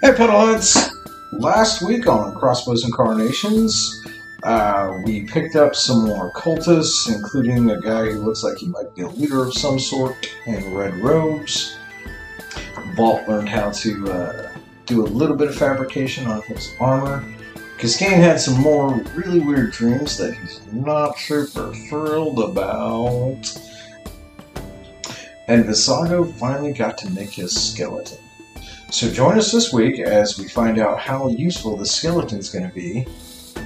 Hey, Puddleheads! Last week on Crossbows and Carnations, uh, we picked up some more cultists, including a guy who looks like he might be a leader of some sort in red robes. Vault learned how to uh, do a little bit of fabrication on his armor. Cascane had some more really weird dreams that he's not super thrilled about. And Visago finally got to make his skeleton. So join us this week as we find out how useful the skeleton's going to be.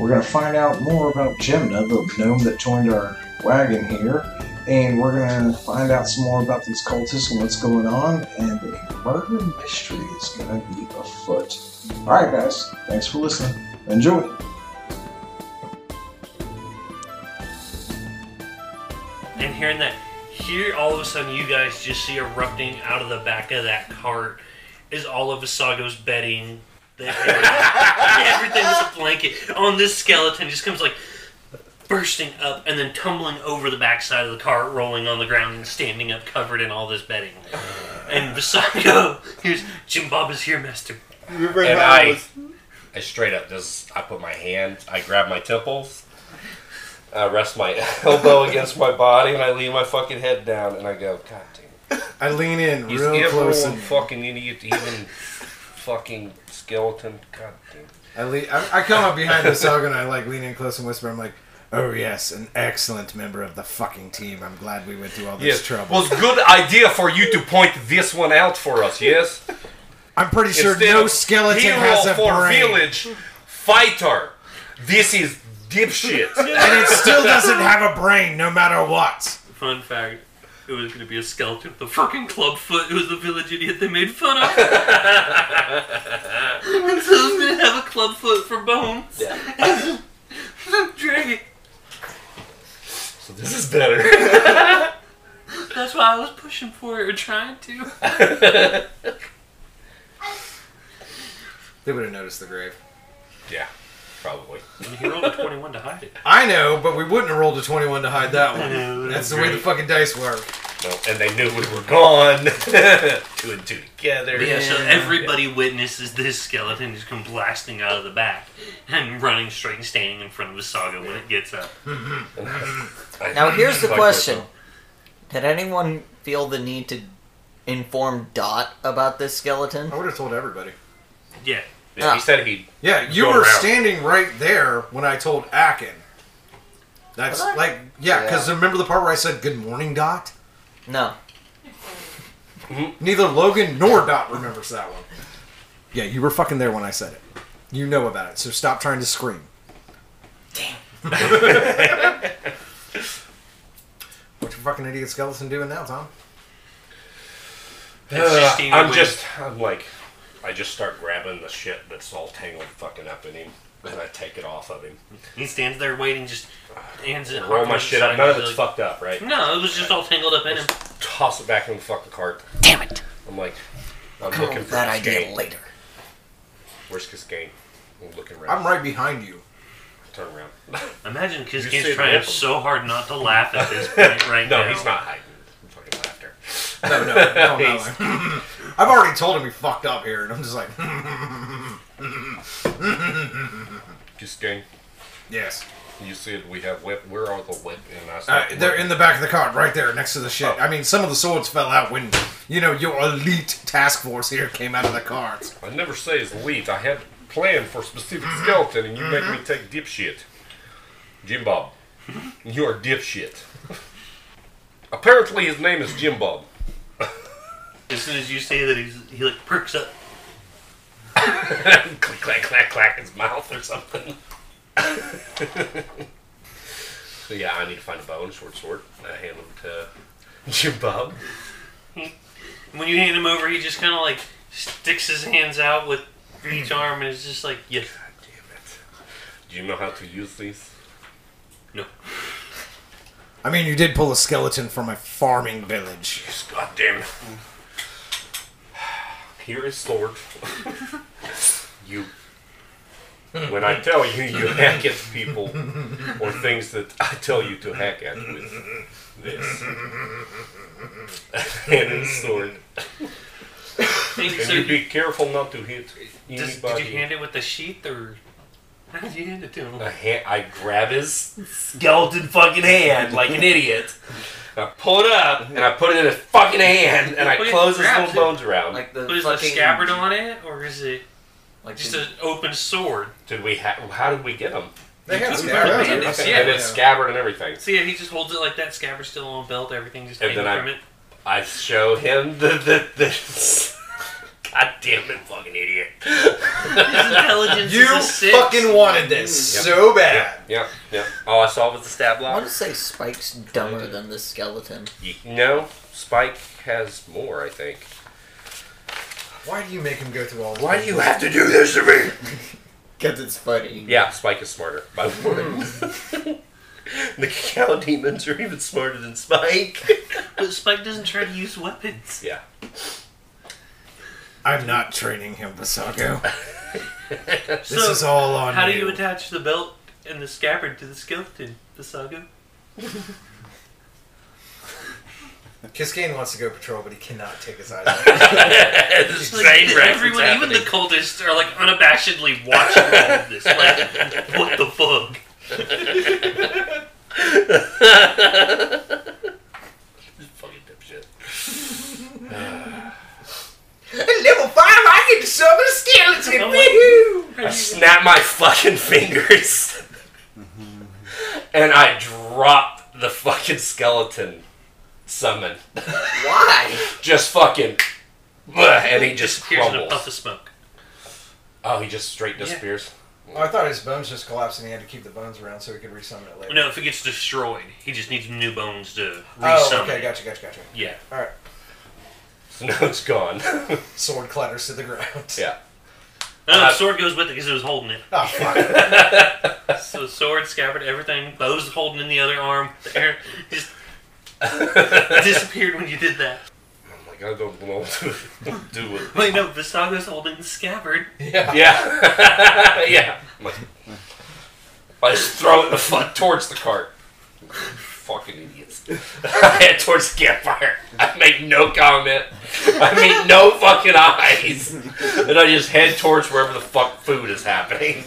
We're going to find out more about Gemna, the gnome that joined our wagon here, and we're going to find out some more about these cultists and what's going on, and a murder mystery is going to be afoot. All right, guys, thanks for listening. Enjoy. And hearing that, here all of a sudden you guys just see erupting out of the back of that cart is all of Visago's bedding. The- Everything's a blanket. On this skeleton just comes like bursting up and then tumbling over the backside of the cart, rolling on the ground and standing up covered in all this bedding. And Visago here's Jim Bob is here, Master. Remember And how I- it was I straight up just I put my hand, I grab my temples, I rest my elbow against my body, and I lean my fucking head down, and I go, God damn! I lean in He's real close and fucking idiot, even fucking skeleton. God damn! I, le- I, I come up behind the sog and I like lean in close and whisper. I'm like, oh yes, an excellent member of the fucking team. I'm glad we went through all this trouble. was good idea for you to point this one out for us. Yes, I'm pretty sure Instead no of skeleton hero has a for brain, village fighter. This is dipshit. and it still doesn't have a brain, no matter what. Fun fact. It was gonna be a skeleton with a fucking clubfoot. It was the village idiot they made fun of. and so it was gonna have a clubfoot for bones. Drag it. so this is better. That's why I was pushing for it or trying to. They would have noticed the grave. yeah, probably. He rolled a 21 to hide it. I know, but we wouldn't have rolled a 21 to hide that one. That's the way the fucking dice work. No, and they knew we were gone. two and two together. Yeah, so Yeah. everybody witnesses this skeleton just come blasting out of the back and running straight and standing in front of Visago when it gets up. I- Now here's the Fuck question: myself. Did anyone feel the need to inform Dot about this skeleton? I would have told everybody. Yeah. Yeah, Ah. He said he. Yeah, you Go were around. standing right there when I told Akin. That's Was I? like, yeah, because remember the part where I said good morning, Dot? No. Neither Logan nor Dot remembers that one. Yeah, you were fucking there when I said it. You know about it, so stop trying to scream. Damn. What's your fucking idiot skeleton doing now, Tom? It's just Uh, even I'm when- just. I'm like. I just start grabbing the shit that's all tangled fucking up in him, and I take it off of him. He stands there waiting, just hands it. Roll my hard shit side up. None of and it's like- fucked up, right? No, it was just all tangled up in him. Toss it back in the fucking cart. Damn it! I'm like, I'm looking Oh, for that Cascade. idea later. Where's Cascade? I'm looking around. I'm right behind you. Turn around. Imagine You Kiskane's see trying the- so hard not to laugh at this point right no, now. he's not hiding. Fucking laughter. No, no, no, no. I've already told him he fucked up here, and I'm just like, hmm, Cascade. yes. You said we have whip. Where are the whip? And I Uh, said, they're in the back of the cart, right there, next to the shit. Oh. I mean, some of the swords fell out when, you know, your elite task force here came out of the carts. I never say it's elite. I had planned for specific skeleton, and you make me take dipshit. Jim Bob, you are dipshit. Apparently, his name is Jim Bob. As soon as you say that, he's, he like perks up. clack, clack, clack, clack his mouth or something. so yeah, I need to find a bow and a short sword. I hand them to Jim Bob. When you hand him over, he just kind of like sticks his hands out with Hmm. each arm and is just like, yes. God damn it! Do you know how to use these? No. I mean, you did pull a skeleton from a farming village. Yes, God damn it! Here is sword. you. When I tell you, you hack at people or things that I tell you to hack at with this. and his sword. think And so. you You, be careful not to hit does, did anybody. you hand it with the sheath or how did you hand it to him? Uh, I, ha- I grab his skeleton fucking hand like an idiot. And I pull it up and I put it in his fucking hand and I Well, you close his grabbed little bones around. Like the But is the fucking scabbard on it, or is it Like just the- an open sword? did we? Ha- how did we get him? They had It's scarabs. bandits, right? yeah. and it's scabbard and everything. See, yeah, he just holds it like that. Scabbard's still on belt. Everything just And hanging then I- from it. I show him the the. the God damn it, fucking idiot! His intelligence You is a six. fucking wanted this Yep. so yeah, bad. yeah, yeah. All I saw was the stab I want line. to say Spike's dumber than the skeleton. No, Spike has more. I think. Why do you make him go through all this? have to do this to me? Because it's funny. Yeah, Spike is smarter. By the way. The cow demons are even smarter than Spike. But Spike doesn't try to use weapons. Yeah. I'm not training him, Basago. So, This is all on how you. do you attach the belt and the scabbard to the skeleton, the saga? Kiskane wants to go patrol, but he cannot take his eyes off. This Like, train wreck that's everyone, even the happening. cultists, are like unabashedly watching all of this. Like, what the fuck? Fucking dipshit. Level five, I get to summon a skeleton. I'm like- I snap my fucking fingers and I drop the fucking skeleton summon. Why? Just fucking. bleh, And he just Here's a puff crumbles. of smoke. Oh, he just straight disappears. Oh, I thought his bones just collapsed, and he had to keep the bones around so he could resummon it later. No, if it gets destroyed, he just needs new bones to oh, resummon. okay, it. gotcha, gotcha, gotcha. Yeah. All right, So now it's gone. sword clatters to the ground. yeah. No, no, Uh, Oh, the sword goes with it because it was holding it. Oh fuck! So the sword, scabbard, everything. Bo's holding in the other arm. There, just disappeared when you did that. I'm like, I don't know what to do with Wait, no, Visago's holding the scabbard. yeah. Yeah. yeah. I'm like, I just throw it the fuck towards the cart. Fucking idiots. Head towards the campfire. I make no comment. I make no fucking eyes. And I just head towards wherever the fuck food is happening.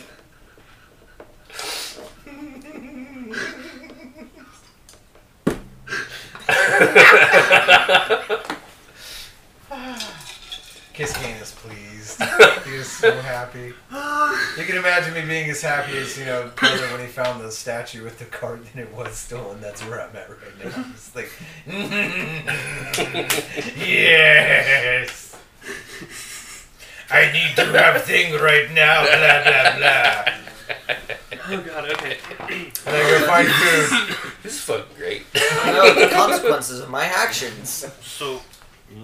Kiskane is pleased. he is so happy. You can imagine me being as happy as you know Carter when he found the statue with the card and it was stolen. That's where I'm at right now. I'm just like, yes. I need to have thing right now. Blah blah blah. Oh god. Okay. And I go find food. This is fucking great. I know the consequences of my actions. So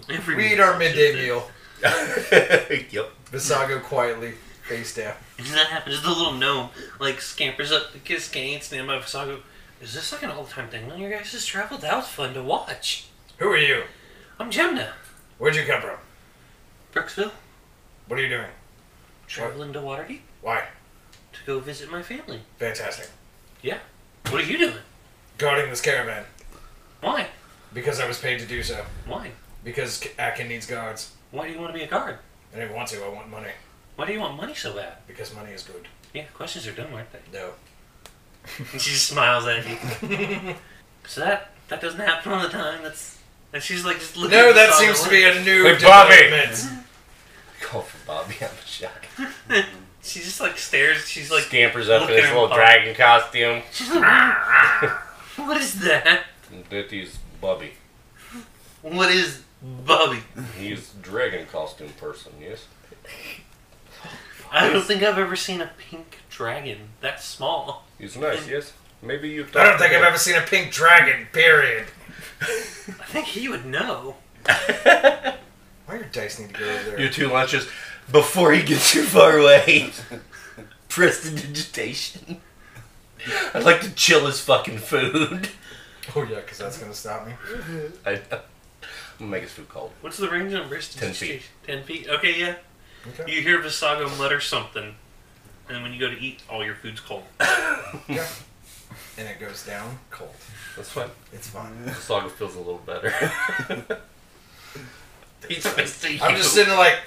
every We eat our midday meal. yep. Visago quietly face down. Does that happen? Does the little gnome like scampers up to kiss Kane, stand by Visago? Is this like an all time thing on your guys' travel? That was fun to watch. Who are you? I'm Gemna. Where'd you come from? Brooksville, What are you doing? traveling to Waterdeep Why? to go visit my family. Fantastic. What are you doing? Guarding this caravan. Why? Because I was paid to do so. Why? Because K- Akin needs guards. Why do you want to be a guard? I didn't want to. I want money. Why do you want money so bad? Because money is good. Yeah, questions are dumb, aren't they? No. And she just smiles at you. so that that doesn't happen all the time. That's and she's like just looking. No, at that Visago seems to like- be a new Hey, Bobby. development. Call for Bobby. I'm shocked. She just like stares. She's Like, like, Scampers up in looking his at little Bob. dragon costume. she's like "Ah, ah, what is that? That is Bobby. What is Bobby? He's dragon costume person, yes? I don't think I've ever seen a pink dragon that small. He's Mm. nice, yes? Maybe you I don't think I've ever seen a pink dragon, period. I think he would know. Why your dice need to go over there? your two lunches before he gets too far away. Prestidigitation. I'd like to chill his fucking food. Oh, yeah, because that's going to stop me. I know. I'm gonna make his food cold. What's the range on wrist? Ten feet. Ten feet. Okay, yeah. Okay. You hear Visago mutter something, and when you go to eat, all your food's cold. Yeah. And it goes down cold. That's fine. It's fine. The saga feels a little better. He's missing I'm just sitting there like,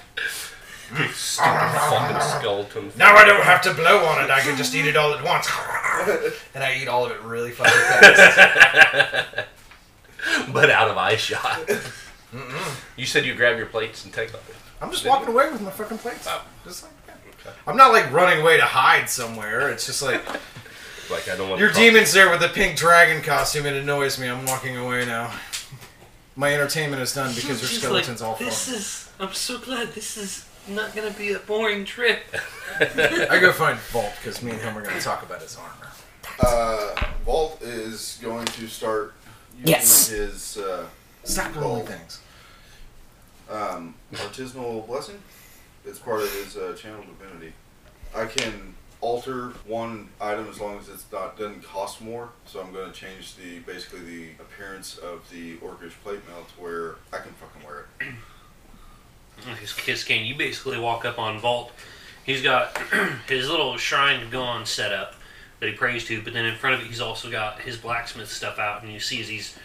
Stupid fucking skeleton. now I don't have to blow on it. I can just eat it all at once. and I eat all of it really fucking fast. but out of eye shot. you said you grab your plates and take them. I'm just walking away with my fucking plates. Oh. Just like that. I'm not like running away to hide somewhere. It's just like Like I don't want your to demon's there with the pink dragon costume. It annoys me. I'm walking away now. My entertainment is done because your She's skeleton's like, all This fucked. is. I'm so glad this is not gonna be a boring trip. I go find Vault because me and him are going to talk about his armor. Uh, Vault is going to start using Yes. his uh, Stop rolling things. um, artisanal blessing. It's part of his uh, channel divinity. I can alter one item as long as it's not doesn't cost more. So I'm going to change the basically the appearance of the orcish plate mail to where I can fucking wear it. His kiss cane. You basically walk up on Vault. He's got his little shrine to Gon set up that he prays to, but then in front of it, he's also got his blacksmith stuff out, and you see as he's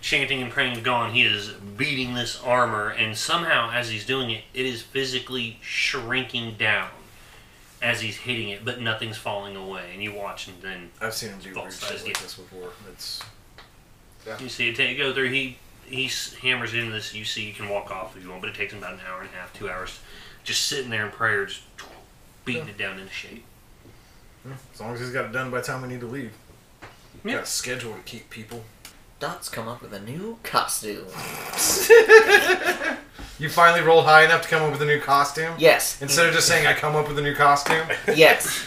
chanting and praying to Gon, he is beating this armor, and somehow as he's doing it, it is physically shrinking down as he's hitting it, but nothing's falling away, and you watch, and then I've seen him do Vault weird shit size, like yeah. this before. It's You see it take, go through. He he s- hammers into this. You see, you can walk off if you want, but it takes him about an hour and a half, two hours, just sitting there in prayer, just beating it down into shape. hmm, as long as he's got it done by the time we need to leave. Yeah. Got a schedule to keep people. Dot's come up with a new costume. You finally rolled high enough to come up with a new costume? Yes. Instead of just saying I come up with a new costume? Yes.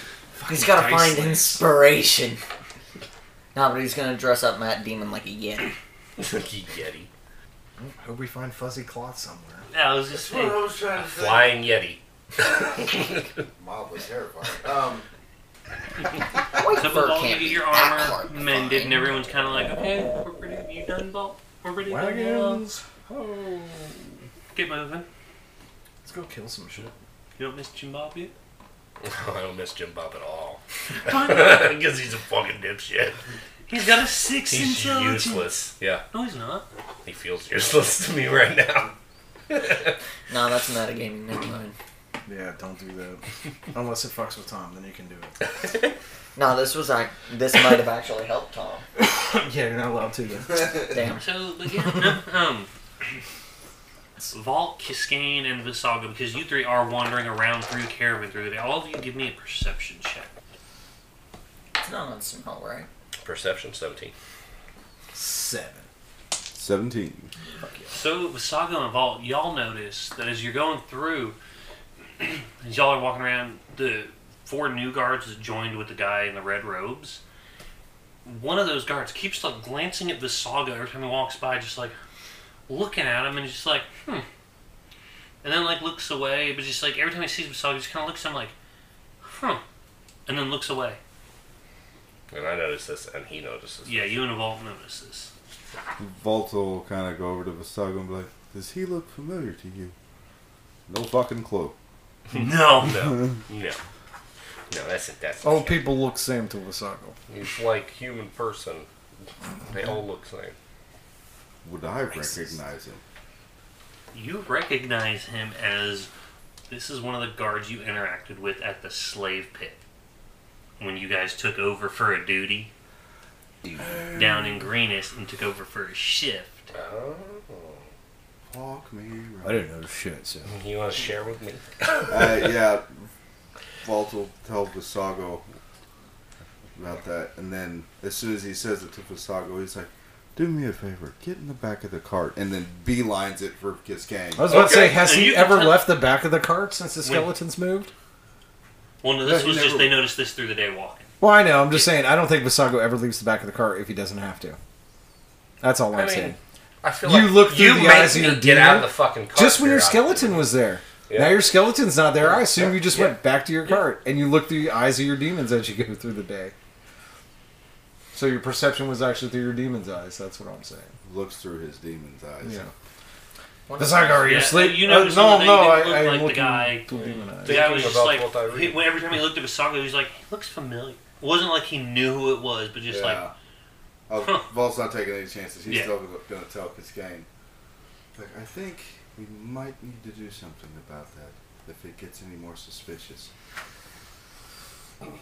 he's gotta Fucking find dice. inspiration. No, but he's gonna dress up Matt Demon like a yeti. Yeti. Hope we find fuzzy cloth somewhere. Yeah, I was just saying, was trying to Flying Yeti. Mildly terrifying. Um, White so fur Balt, you get can't be your that armor hard to mended, and find. everyone's kind of like, okay, we're pretty. You done, Balt? We're pretty done. Balt? Wagons. Oh. Get moving. Let's go kill some shit. You don't miss Jimbab yet? I don't miss Jim Bob at all. Fine. Because he's a fucking dipshit. he's got a six He's intelligence. useless. Yeah, No, he's not. he feels useless to me right now. No, that's metagaming. Never mind. Yeah, don't do that. Unless it fucks with Tom, then you can do it. No, this was like this might have actually helped Tom. yeah, you're not allowed to. Then. Damn. So, but yeah, no, um, Vault, Kiskane, and Visago, because you three are wandering around through Caravan through the day, all of you give me a perception check. No, it's not right. Perception 17. Seven. Seventeen. So, Visago and Vault, y'all notice that as you're going through, as y'all are walking around, the four new guards that joined with the guy in the red robes, one of those guards keeps like glancing at Visago every time he walks by, just like looking at him and just like, hmm. And then like looks away, but just like every time he sees Visago, he just kind of looks at him like, hmm. And then looks away. And I notice this, and he notices. Yeah, you and Vault notice this. Vault will kind of go over to Visago and be like, Does he look familiar to you? No fucking clue. No. Oh, No, no, no. That's it. That's Old people look same to Wasago. He's like human person. They all look same. Would I recognize him? You recognize him as this is one of the guards you interacted with at the slave pit when you guys took over for a duty down in Greenest and took over for a shift. Oh, Fuck me. I didn't know shit, so. you want to share with me? Uh, yeah. Vault will tell Visago about that. And then as soon as he says it to Visago, he's like, Do me a favor. Get in the back of the cart. And then beelines it for Kiskang. I was about to say, Okay. has And you he can ever tell- left the back of the cart since the Wait. skeletons moved? Well, no, Yeah, this he was just never- they noticed this through the day walking. Well, I know. I'm just saying, I don't think Visago ever leaves the back of the cart if he doesn't have to. That's all I'm mean, saying. I feel You like look through you the make eyes of me your get out of demon. the fucking car. Just when your skeleton was there. Yeah. Now your skeleton's not there. I assume you just Yeah. went back to your cart and you look through the eyes of your demons as you go through the day. So your perception was actually through your demon's eyes. That's what I'm saying. Looks through his demon's eyes. Yeah. What The is- Zygar, are you Yeah, asleep? you noticed no, that he no, didn't I, look I am like the looking guy- through demon eyes. The guy was Thinking just about like, what I he- read. when- every time he looked at Basago, he was like, he looks familiar. It wasn't like he knew who it was, but just like, Oh, Huh. Volt's not taking any chances. He's Yeah. still going to tell Kiskane. Like, I think We might need to do something about that if it gets any more suspicious.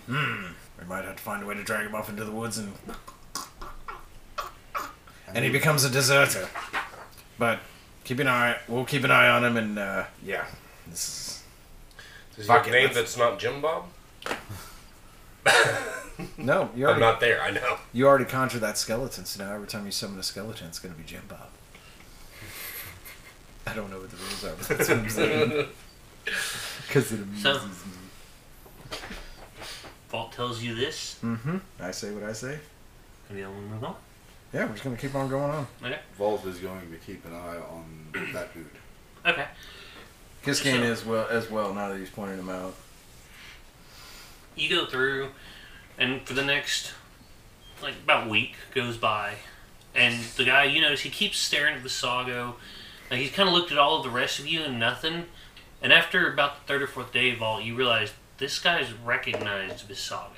We might have to find a way to drag him off into the woods and. And he becomes a deserter. But keep an eye. We'll keep an eye on him and, uh, yeah. This is. Does he Fuck have a it, name let's- that's not Jim Bob? No, you already, I'm not there. I know. you already conjured that skeleton, so now every time you summon a skeleton, it's going to be Jim Bob. I don't know what the rules are, but that's what I'm saying. Because it amuses So- me. Vault tells you this. Mm-hmm. I say what I say. Can we all move on? Yeah, we're just going to keep on going on. Okay. Vault is going to keep an eye on that dude. Okay. Kiskane So- as well, as well, now that he's pointing him out. You go through, and for the next, like, about week goes by, and the guy, you notice, he keeps staring at the Sago. Like, he's kind of looked at all of the rest of you and nothing. And after about the third or fourth day of all, you realize this guy's recognized Visago.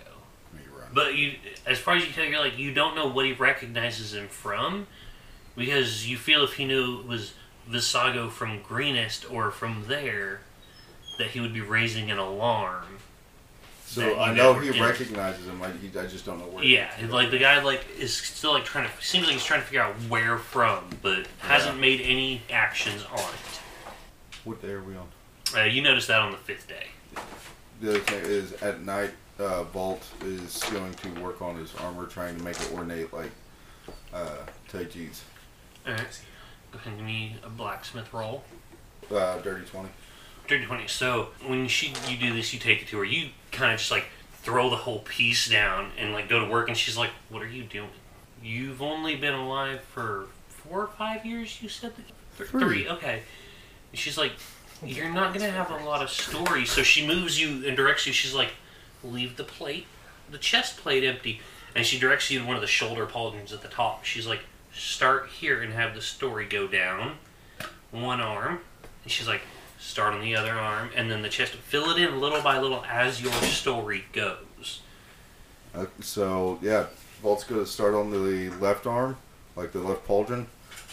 Me run. But you, as far as you can tell, you're like you don't know what he recognizes him from, because you feel if he knew it was Visago from Greenest or from there, that he would be raising an alarm. So that I you know never he did. recognizes him. I, he, I just don't know where. Yeah, and, like the guy like is still like trying to seems like he's trying to figure out where from, but hasn't made any actions on it. What day are we on? Uh, you notice that on the fifth day. The other thing is at night, uh, Vault is going to work on his armor, trying to make it ornate like uh, Taiji's All right, go ahead and give me a blacksmith roll. uh, dirty twenty. Dirty twenty. So when she you do this, you take it to her. You kind of just like throw the whole piece down and like go to work, and she's like, "What are you doing? You've only been alive for four or five years. You said that? Three. Three. Okay." And she's like, "You're not gonna have a lot of story." So she moves you and directs you. She's like, "Leave the plate, the chest plate empty," and she directs you to one of the shoulder pauldrons at the top. She's like, "Start here and have the story go down." One arm, and she's like start on the other arm, and then the chest. Fill it in little by little as your story goes. Uh, so yeah, Vault's going to start on the left arm, like the left pauldron,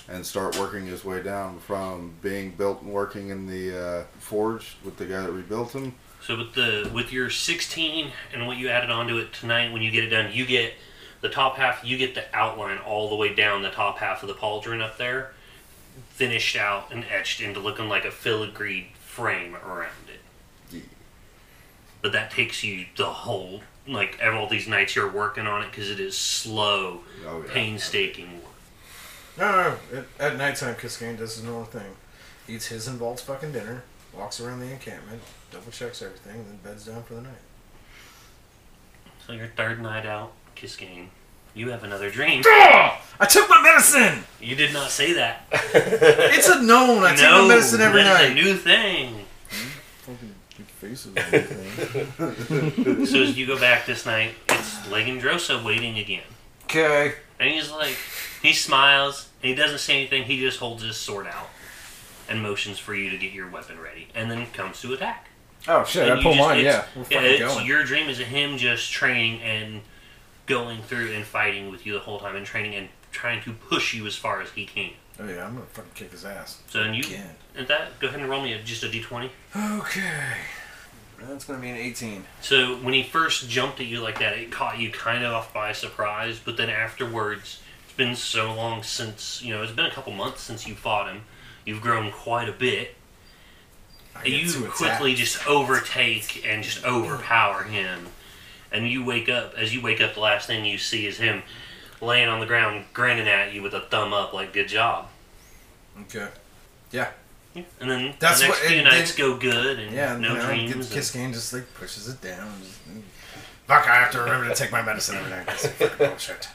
and start working his way down from being built and working in the uh, forge with the guy that rebuilt him. So with the with your 16 and what you added onto it tonight, when you get it done, you get the top half. You get the outline all the way down the top half of the pauldron up there, finished out and etched into looking like a filigreed frame around it. Yeah. But that takes you the whole like all these nights you're working on it because it is slow, Oh yeah. painstaking work. No, no, no. At, at nighttime, Kiskane does his normal thing. Eats his and Vault's fucking dinner, walks around the encampment, double checks everything, and then beds down for the night. So your third night out, kiss game. You have another dream. I took my medicine! You did not say that. It's a known. I take my medicine every that is night. a new thing. Fucking faces. So as you go back this night, it's Legandrosa waiting again. Okay. And he's like, he smiles, and he doesn't say anything, he just holds his sword out and motions for you to get your weapon ready, and then comes to attack. Oh shit! And I you pull just- mine. it's- Yeah, we're fucking it's- going. Your dream is of him just training and going through and fighting with you the whole time, and training and trying to push you as far as he can. Oh yeah, I'm gonna fucking kick his ass So and you, again. at that, go ahead and roll me a, just a d20. Okay. That's gonna be an 18. So when he first jumped at you like that, it caught you kind of off by surprise. But then afterwards, it's been so long since you know it's been a couple months since you fought him. You've grown quite a bit. I get You two attacks. quickly just overtake and just overpower him. And you wake up. As you wake up, the last thing you see is him laying on the ground, grinning at you with a thumb up, like "Good job." Okay. And then That's the next what- few and nights then- go good, and Yeah. no you know, dreams. Kiss and- Kiskane just like pushes it down. and just- and- Fuck! I have to remember to take my medicine every night. This is fucking bullshit.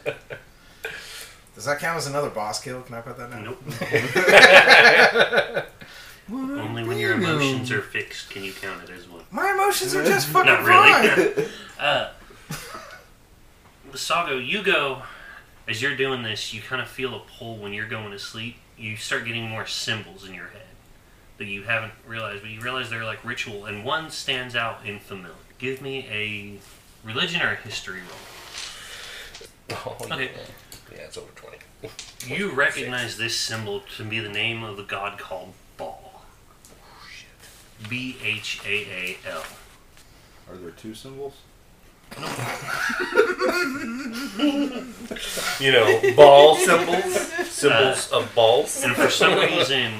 Does that count as another boss kill? Can I put that down? Nope. Only when your emotions are fixed can you count it as one. My emotions are just fucking Not really. fine. uh, Sago, you go. As you're doing this, you kind of feel a pull when you're going to sleep. You start getting more symbols in your head that you haven't realized, but you realize they're like ritual, and one stands out in familiar. Give me a religion or a history roll. Oh, Okay. Yeah, it's over 20. You recognize this symbol to be the name of the god called Ball. B H A A L. Are there two symbols? You know, ball symbols, symbols of balls. And for some reason,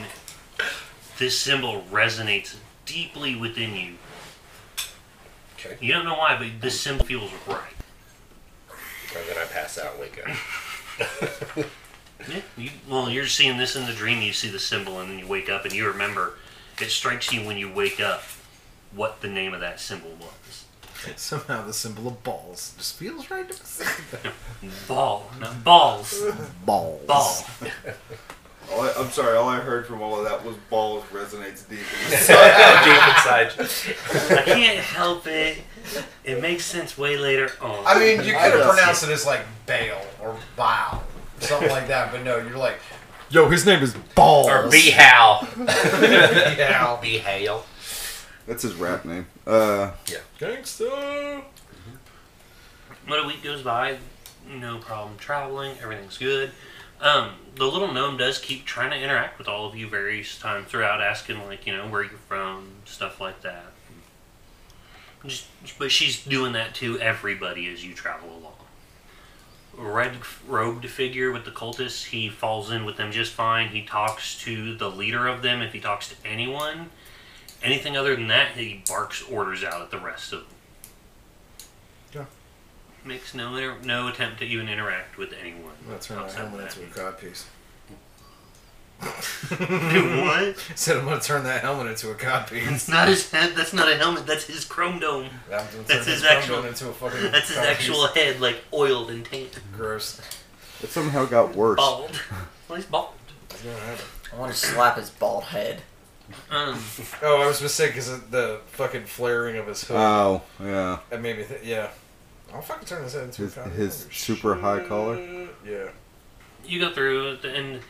this symbol resonates deeply within you. Okay. You don't know why, but this symbol feels right. And then I pass out, and wake up. Yeah, you, well, you're seeing this in the dream. You see the symbol, and then you wake up, and you remember. It strikes you when you wake up what the name of that symbol was. Somehow the symbol of balls just feels right to me. Ball, not balls. Balls. Ball. All I, I'm sorry, all I heard from all of that was balls resonates deep. in the Deep inside. I can't help it. It makes sense way later on. I mean, you could have don't pronounced it as like Bale or Bow, something like that, but no, you're like, yo, his name is Balls. Or B Hal. Yeah. B Hale. That's his rap name. Uh, Gangsta. But a week goes by, no problem traveling, everything's good. Um, the little gnome does keep trying to interact with all of you various times throughout, asking like you know where you're from, stuff like that. Just, but she's doing that to everybody as you travel along. Red robed figure with the cultists, he falls in with them just fine. He talks to the leader of them if he talks to anyone. Anything other than that, he barks orders out at the rest of them makes no inter- no attempt to even interact with anyone. That's right. outside I'm of gonna that. turn that helmet into a Dude, codpiece. what? Said I'm gonna turn that helmet into a codpiece. It's not his head. That's not a helmet. That's his chrome dome. I'm gonna turn That's his this chrome actual- dome Into a fucking That's his codpiece. actual head, like oiled and tainted, Gross. it somehow got worse. bald. Well, he's bald. It's gonna happen. I want to slap his bald head. Um, Oh, I was mistaken because the fucking flaring of his hood. Uh, Oh, yeah. that made me think. Yeah, I'll fucking turn this head into His, a codpiece. his super high collar. Yeah. you go through it and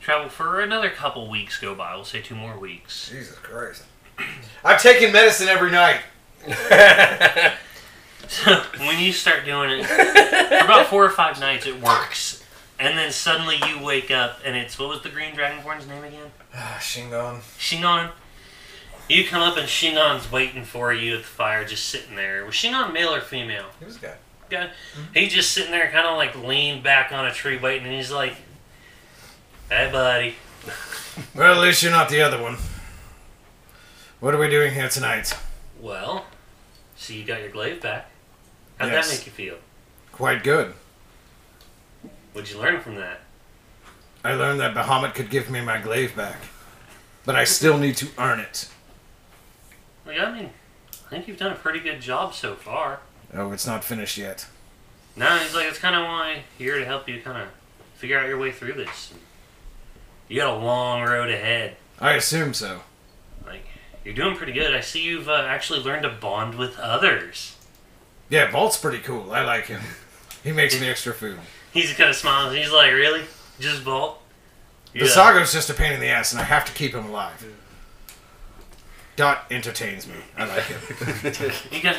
travel for another couple weeks. Go by. We'll say two more weeks. Jesus Christ. I've taken medicine every night. So when you start doing it for about four or five nights, it works. And then suddenly you wake up and it's what was the green dragonborn's name again? Ah, Shingon. Shinon, you come up and Shinon's waiting for you at the fire, just sitting there. Was Shinon male or female? He was a guy. Guy, he just sitting there, kind of like leaned back on a tree, waiting, and he's like, "Hey, buddy." Well, at least you're not the other one. What are we doing here tonight? Well, so you got your glaive back. How'd Yes. that make you feel? Quite good. What'd you learn from that? I learned that Bahamut could give me my glaive back, but I still need to earn it. Like, I mean, I think you've done a pretty good job so far. Oh, it's not finished yet. No, he's like, it's kind of why here to help you kind of figure out your way through this. You got a long road ahead. I assume so. Like, you're doing pretty good. I see you've uh, actually learned to bond with others. Yeah, Bolt's pretty cool. I like him. He makes me extra food. He's kind of smiles and he's like, "Really? Just Bolt?" The Sago's just a pain in the ass, and I have to keep him alive. Dot entertains me. I like him. He got,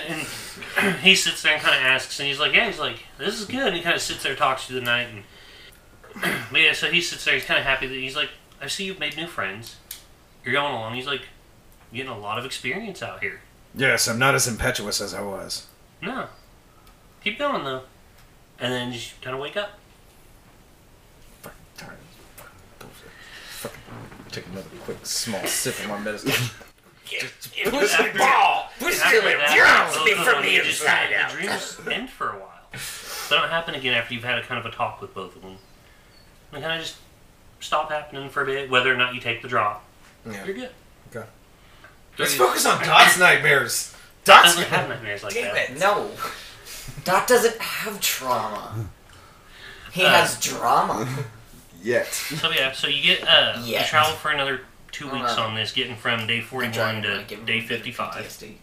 and he sits there and kind of asks, and he's like, "Yeah." He's like, "This is good." And he kind of sits there, talks through the night, and but yeah. So he sits there. He's kind of happy that he's like, "I see you've made new friends. You're going along." He's like, "Getting a lot of experience out here." yes, I'm not as impetuous as I was. No, keep going though. And then you kind of wake up. Fucking tired. Fucking bullshit. Fucking take another quick small sip of my medicine. After- Ball! After that, Bounce both me of from them, the you just- inside out. The dreams end for a while. They don't happen again after you've had a kind of a talk with both of them. They kind of just stop happening for a bit, whether or not you take the drop. Yeah. You're good. Okay. Let's Doesn't- focus on Dot's nightmares. Dot's Doesn't have nightmares like Damn that. it! No, Dot doesn't have trauma. He Uh. has drama. Yet. So yeah, so you get uh, you Yes. travel for another two weeks Uh, on this, getting from day forty-one Giant to might give him day a bit of fifty-five. PTSD.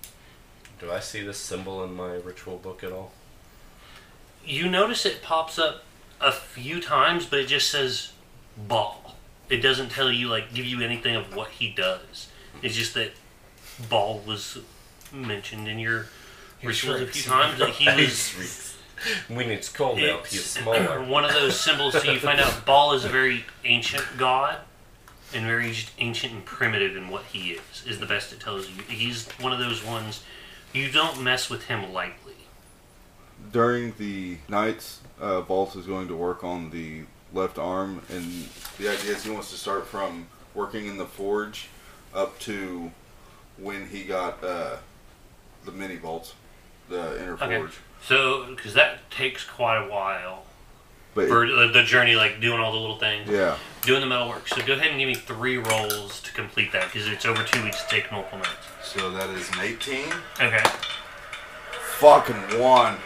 Do I see this symbol in my ritual book at all? You notice it pops up a few times, but it just says ball. It doesn't tell you like give you anything of what he does. It's just that ball was mentioned in your rituals a few times. That he was when it's cold out, he's it's smaller. one of those symbols. So you find out ball is a very ancient god. and very just ancient and primitive in what he is. Is the best it tells you. He's one of those ones you don't mess with him lightly. During the nights, uh, Vault is going to work on the left arm, and the idea is he wants to start from working in the forge up to when he got uh, the mini vaults, the inner Okay. forge. So, because that takes quite a while But for the, the journey, like doing all the little things, yeah, doing the metal work. So go ahead and give me three rolls to complete that because it's over two weeks to take multiple nights. so that is an 18. Okay. Fucking one.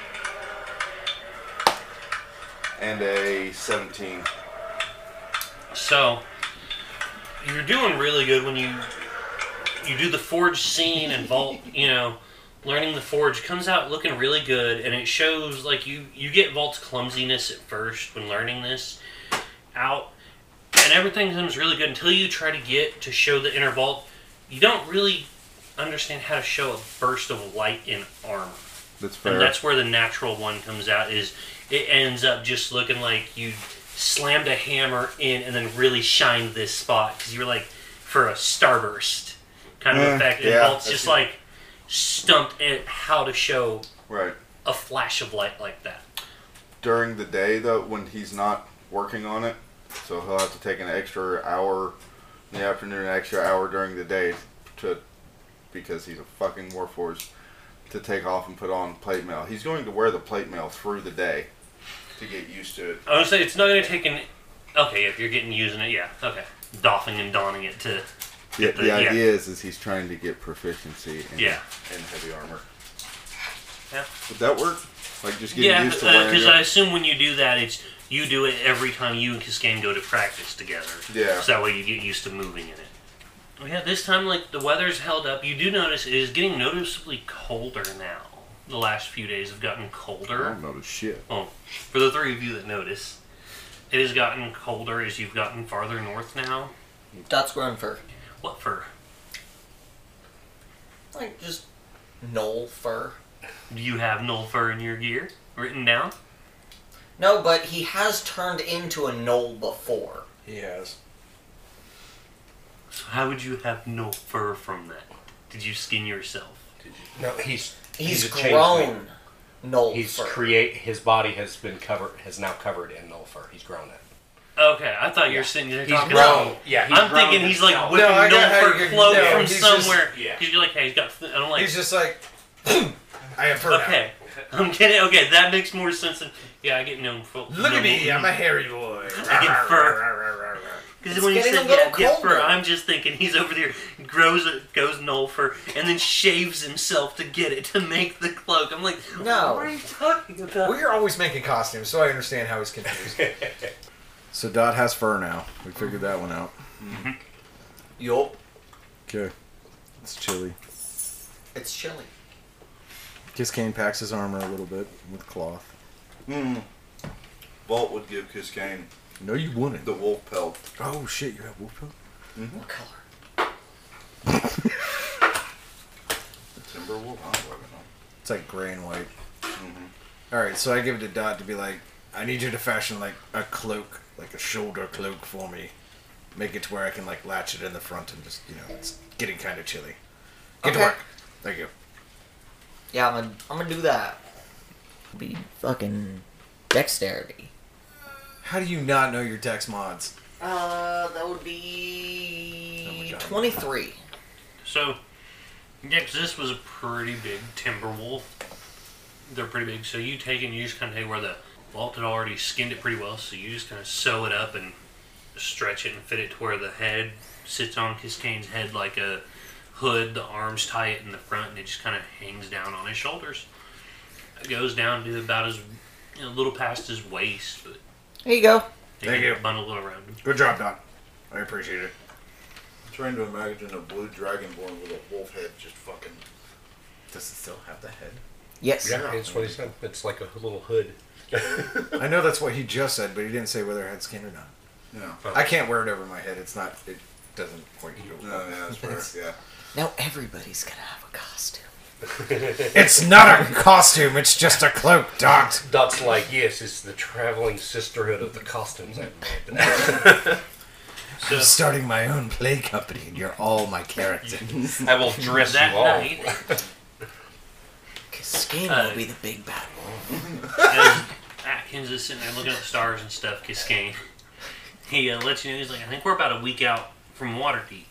And a 17. So you're doing really good when you you do the forge scene and vault, you know, learning the forge comes out looking really good and it shows like you you get vault's clumsiness at first when learning this out and everything comes really good until you try to get to show the inner vault. You don't really understand how to show a burst of light in armor. That's And fair. that's where the natural one comes out is it ends up just looking like you slammed a hammer in and then really shined this spot because you were like for a starburst kind of Mm, effect. And yeah, Vault's that's just it. like stumped at how to show right. a flash of light like that. during the day though when he's not working on it so he'll have to take an extra hour in the afternoon an extra hour during the day to because he's a fucking warforged to take off and put on plate mail he's going to wear the plate mail through the day to get used to it I would say it's not going to take an. Okay, if you're getting using it, yeah, okay. Doffing and donning it to. the, the- the yeah. idea is is he's trying to get proficiency in, Yeah. in heavy armor Yeah. would that work like just getting Yeah, used to wearing because it I assume when you do that, it's you do it every time you and Kiskane go to practice together. Yeah. So that way you get used to moving in it. Well, Yeah, this time like the weather's held up. You do notice it is getting noticeably colder now. The last few days have gotten I colder. Oh. don't notice shit. Well, for the three of you that notice, it has gotten colder as you've gotten farther north now. Dot's grown fur. What for? Like, just knoll fur. Do you have null fur in your gear written down? No, but he has turned into a knoll before. He has. So how would you have null fur from that? Did you skin yourself? No, he's He's, a changeling. grown knoll He's fur. create his body has been covered has now covered in null fur. He's grown it. Okay, I thought you were sitting there He's talking grown. about- Yeah, he's I'm grown thinking he's like himself. whipping No, I no, got how for you're- cloak no, from he's just- somewhere. yeah. Because you're like, hey, he's got. Th- and I'm like, He's just like, I am fur now. okay, I'm getting. Okay, that makes more sense. Than, yeah, I get known for. Look at me, I'm a hairy boy. mm. I get fur. Because It's when you getting a said little yeah, get colder. fur, I'm just thinking he's over there, grows it, goes null fur, and then shaves himself to get it to make the cloak. I'm like, No. what are you talking about? Well, you're always making costumes, so I understand how he's confused. so Dot has fur now. We figured that one out. Yup. Okay. It's chilly. It's chilly. Kiss Kane packs his armor a little bit with cloth. mm. Vault would give Kiskane No, you wouldn't. the wolf pelt Oh shit, you have wolf pelt? What color? timber wolf I don't fucking know. It's like gray and white. All right, so I give it to Dot to be like, I need you to fashion like a cloak, like a shoulder cloak for me. Make it to where I can like latch it in the front and just you know it's getting kind of chilly. Get to Okay. work. Thank you. Yeah, I'm gonna, I'm gonna do that. Be fucking dexterity. How do you not know your dex mods? Uh, that would Oh my be God. 23. So, yeah, 'cause this was a pretty big timber wolf. They're pretty big. So you take and you just kind of take where the vault had already skinned it pretty well. So you just kind of sew it up and stretch it and fit it to where the head sits on Kiskane's head like a hood. The arms tie it in the front and it just kind of hangs down on his shoulders. It goes down to about his, you know, a little past his waist. But There you go. they Thank kind of you. Bundle it around him. Good job, Dot. I appreciate it. I'm trying to imagine a blue dragonborn with a wolf head just fucking. Does it still have the head? Yes. that's what he said. It's like a little hood. I know that's what he just said, but he didn't say whether it had skin or not. No. I can't wear it over my head. It's not. It doesn't point you. Oh. No, yeah, that's fair. Yeah. Now everybody's gonna have a costume. It's not a costume. It's just a cloak, Dot. Dot's like, yes, it's the traveling sisterhood of the costumes I've made. So I'm starting my own play company, and you're all my characters. I will dress that you all. night, Cascade Uh, will be the big bad wolf. as Atkins is ah, sitting there looking at the stars and stuff, Kiskane, he uh, lets you know he's like, I think we're about a week out from Waterdeep,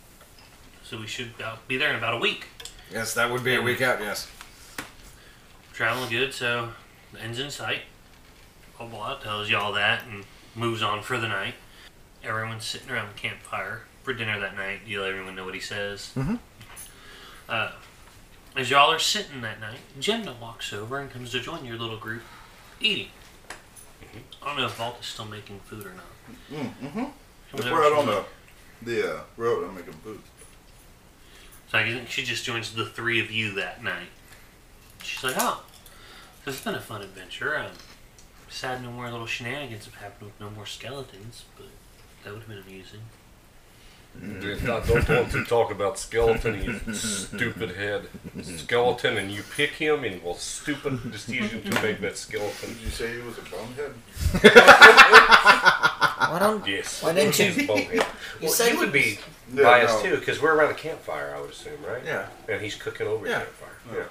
so we should about be there in about a week. yes, that would be a week out. Yes. traveling good, so the end's in sight. Blah blah tells you all that and moves on for the night. Everyone's sitting around the campfire for dinner that night. You let everyone know what he says. Mm-hmm. Mhm. Uh, as y'all are sitting that night, Jemna walks over and comes to join your little group eating. I don't know if Vault is still making food or not. Mm-hmm. Comes over, we're out on she's the like- the uh, road. I'm making boots. So I think she just joins the three of you that night. She's like, oh, this has been a fun adventure. I'm sad no more little shenanigans have happened with no more skeletons, but that would have been amusing. I don't want to talk about skeleton, you stupid head. Skeleton, and you pick him, and we'll stupid decision to make that skeleton. Did you say he was a bonehead? Why don't Yes. Why didn't you- He's bonehead. You Well, said you would be Yeah, biased no. too, because we're around the campfire, I would assume, right? Yeah. And he's cooking over Yeah. the campfire. Yeah.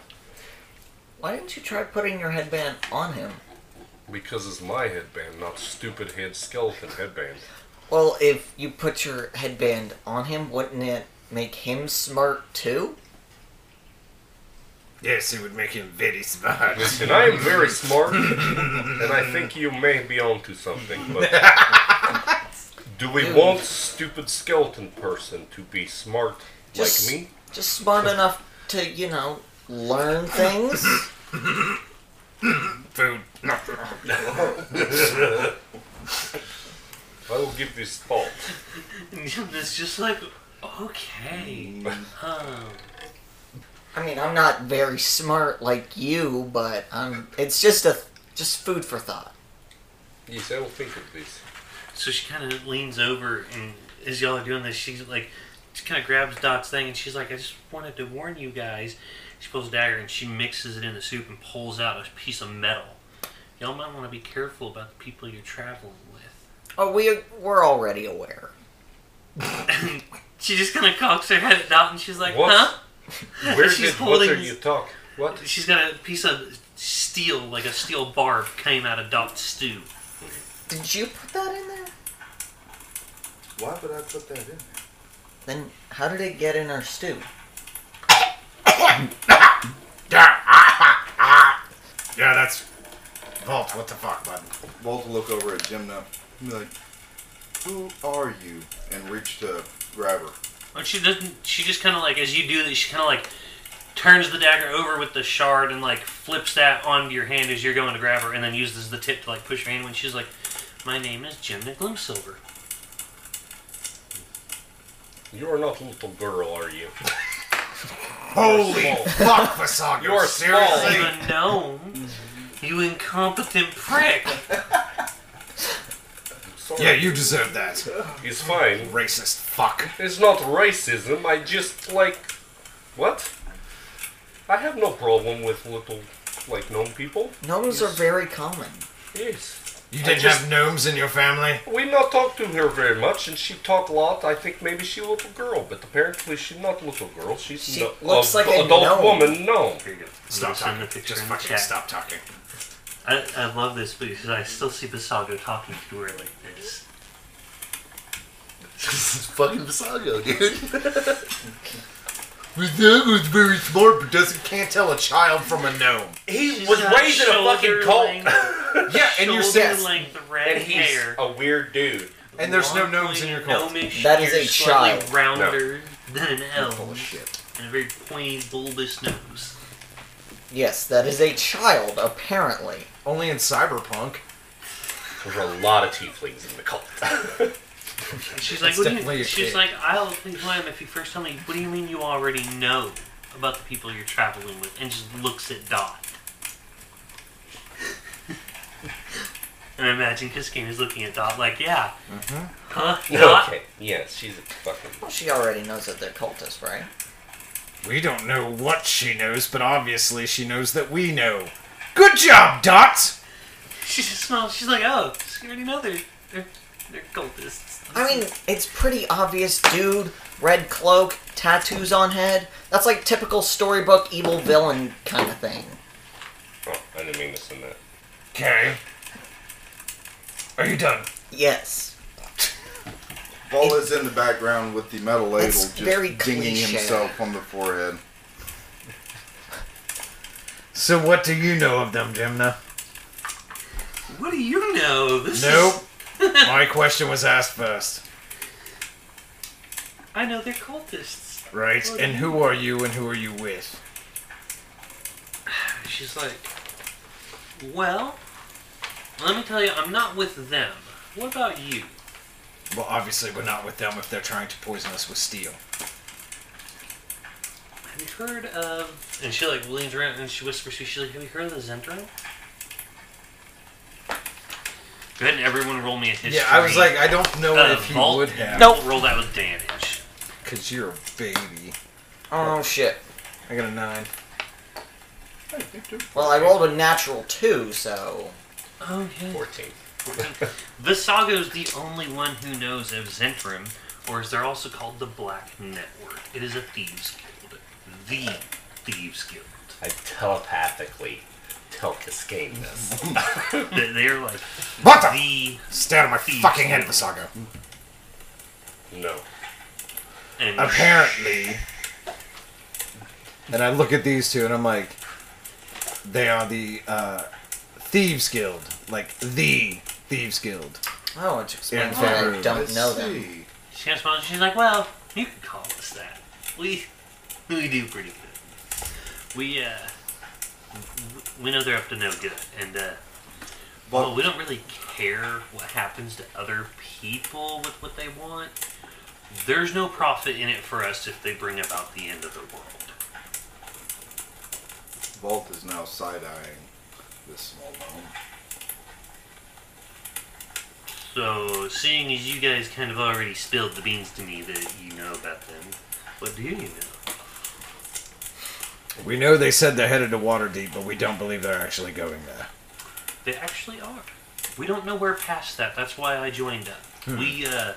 why didn't you try putting your headband on him? Because it's my headband, not stupid head skeleton headband. Well, if you put your headband on him, wouldn't it make him smart too? Yes, it would make him very smart. Listen, I am very smart, and I think you may be onto something, but do we want stupid skeleton person to be smart Just- like me? Just smart enough to, you know, learn things. Food. I will give this thought. And Jim's just like, okay. Um, I mean, I'm not very smart like you, but I'm. It's just a just food for thought. Yes, I will think of this. so she kind of leans over, and as y'all are doing this, she's like, she kind of grabs Dot's thing, and she's like, I just wanted to warn you guys. She pulls a dagger, and she mixes it in the soup and pulls out a piece of metal. Y'all might want to be careful about the people you're traveling with. Oh, we we're already aware. She just kind of cocks her head out and she's like, What? huh? Where She's did what holding- are you talk? What? She's got a piece of steel, like a steel barb, came out of Dot's stew. Did you put that in there? Why would I put that in? Then how did it get in our stew? Yeah, that's Vault. What the fuck, bud? Walt will look over at Jimna and be like, Who are you? And reach to grab her. And she doesn't. She just kind of like, as you do this, she kind of like turns the dagger over with the shard and like flips that onto your hand as you're going to grab her, and then uses the tip to like push her hand when she's like, "My name is Jimna Gloomsilver." You are not a little girl, are you? Holy small. fuck, Vasago. You are I'm seriously. a gnome. You incompetent prick. Sorry. Yeah, you deserve that. It's fine. Racist fuck. It's not racism. I just like what? I have no problem with little like known people. Gnomes are very common. Yes. You I didn't just- have gnomes in your family? We not talk to her very much, and she talk a lot. I think maybe she little girl, but apparently she not little girl. She's She no- looks like a adult gnome. woman. No. Stop Send the talking. picture Just in the fucking chat. stop talking. I, I love this because I still see Basago talking to her like this. This is fucking Visago, dude. Visago's very smart, but doesn't. Can't tell a child from a gnome. He She's was got raised in a fucking shoulder cult, length- Yeah, and you're shoulder yes. length red and he's hair. a weird dude. And there's no gnomes in your cult. Gnomish, That is you're a slightly child. Rounder than an elf, Full of shit. and a very pointy, bulbous nose. Yes, that is a child apparently. Only in cyberpunk. There's a lot of tieflings in the cult. And she's like, It's what do definitely you? a She's kid. like, I'll employ him if you first tell me. What do you mean you already know about the people you're traveling with? And just looks at Dot. and I imagine Kiskane is looking at Dot like, yeah, Mm-hmm. huh, Dot? okay. Yes, she's a fucking. Well, she already knows that they're cultists, right? We don't know what she knows, but obviously she knows that we know. Good job, Dot! She just smells. She's like, oh, so you already know they're, they're They're cultists. I mean, it's pretty obvious, dude. Red cloak, tattoos on head. That's like typical storybook evil villain kind of thing. Oh, I didn't mean to send that. Okay. Are you done? Yes. Paul is in the background with the metal ladle, It's just very dinging cliche. himself on the forehead. So what do you know of them, Jimna? What do you know? This Nope. Is, My question was asked first, I know they're cultists. right? And who are you and who are you with? She's like, well, let me tell you, I'm not with them. What about you? Well, obviously we're not with them if they're trying to poison us with steel. Have you heard of? And she like leans around and she whispers. She's like, have you heard of the Zentro? Go ahead and everyone roll me a history. Yeah, I was like, I don't know uh, if he vault. would have. Nope. Roll that with damage. Cause you're a baby. Oh shit. I got a nine. Well, I rolled a natural two, so Oh yeah. 14. Visago's the only one who knows of Zentrum, or as they're also called the Black Network. It is a thieves guild. The thieves guild. I telepathically tell Cascade this. They- They're like What the? the Stay out of my fucking head, Visago. No. and Apparently. And I look at these two and I'm like, they are the uh, Thieves Guild. Like, the Thieves Guild. oh, it explains In why I Faerun. don't I know them. see. she kind of smiles. and She's like, "Well, you can call us that. We we do pretty good. We uh w- we know they're up to no good, and uh, Well- well, we don't really care what happens to other people with what they want. There's no profit in it for us if they bring about the end of the world." Vault is now side eyeing this small mound. So, seeing as you guys kind of already spilled the beans to me that you know about them, what do you know? We know they said they're headed to Waterdeep, but we don't believe they're actually going there. They actually are. We don't know where past that. That's why I joined up. We uh,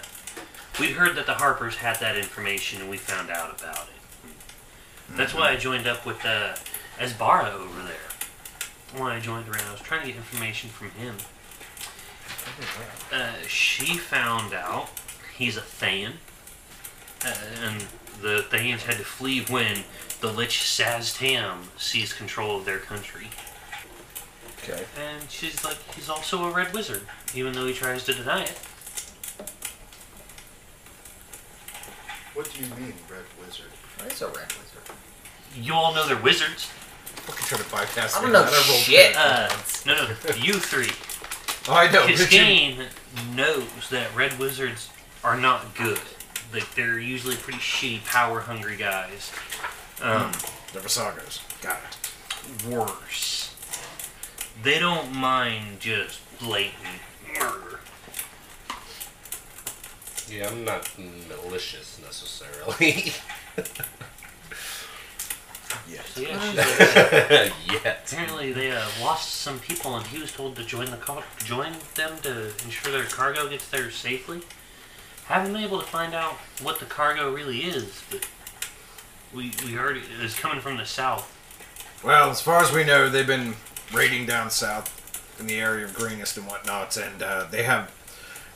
we'd heard that the Harpers had that information, and we found out about it. That's why I joined up with uh, Esbara over there. When I joined around, I was trying to get information from him. Uh, she found out he's a Than, uh, and the Thans had to flee when the Lich Saztam seized control of their country. Okay. And she's like, he's also a red wizard, even though he tries to deny it. What do you mean, red wizard? It's a red wizard. You all know they're wizards. Fucking trying to bypass I me. don't know rolled shit. Uh, no, no, you three. good. Oh, I know. but you- Kiskane knows that red wizards are not good. Like, they're usually pretty shitty, power hungry guys. Um, The Visagos. Got it. worse. They don't mind just blatant murder. Yeah, I'm not malicious necessarily. So, yeah, she's like, Yet. Apparently, they uh, lost some people, and he was told to join the car- join them to ensure their cargo gets there safely. Haven't been able to find out what the cargo really is, but we we already it's coming from the south. Well, as far as we know, they've been raiding down south in the area of Greenest and whatnot, and uh, they have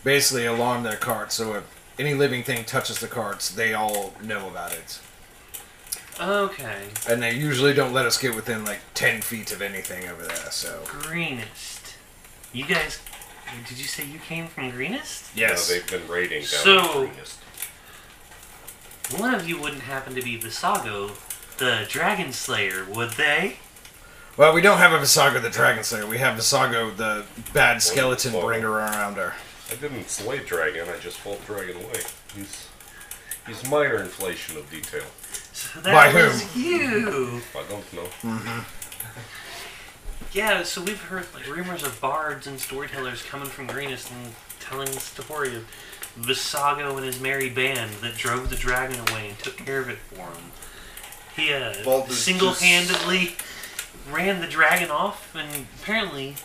basically alarmed their carts. So if any living thing touches the carts, they all know about it. Okay, And they usually don't let us get within like 10 feet of anything over there, so. greenest. You guys, did you say you came from greenest? Yes. No, they've been raiding down So- the greenest. One of you wouldn't happen to be Visago, the dragon slayer, would they? well, we don't have a Visago the Dragon Slayer. We have Visago the bad skeleton Wonderful. bringer around her. I didn't slay Dragon, I just fought Dragon away. He's he's minor inflation of detail. So By that whom? was you. I don't know. Yeah, so we've heard like rumors of bards and storytellers coming from Greenest and telling the story of Visago and his merry band that drove the dragon away and took care of it for him. He uh, Bald is single-handedly ran the dragon off, and apparently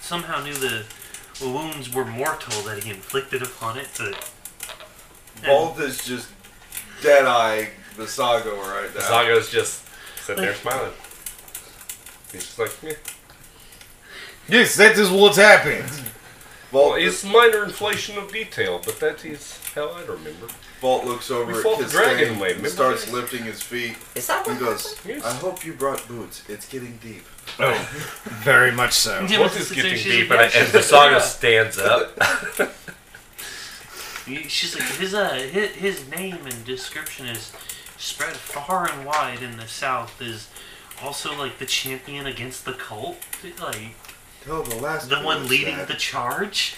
somehow knew the The wounds were mortal that he inflicted upon it, but Balthus just dead eye Visago right now. Zago's just sitting there smiling. He's just like, yeah. Yes, that is what happened. Well, Vault, it's minor inflation of detail, but that is how I remember. Vault looks over We at fought the dragon Kistain wave, and remember starts that? lifting his feet Is that and what goes, Yes. I hope you brought boots. It's getting deep. Oh, very much so. Yeah, What but it's- is it's- getting she's deep? like, And as Visago stands up, You- She's like his uh his, his name and description is spread far and wide in the South. Is also like the champion against the cult, like Tell the last the one village leading that. the charge.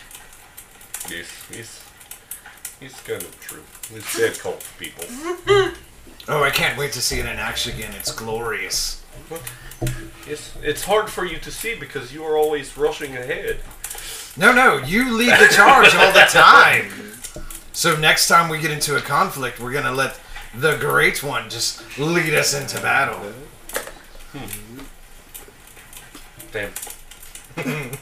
he's, he's, he's kind of true. He's dead cult people. Oh, I can't wait to see it in action again. It's glorious. It's, it's hard for you to see because you are always rushing ahead. No, no, you lead the charge all the time. So next time we get into a conflict, we're gonna let the great one just lead us into battle. Damn. and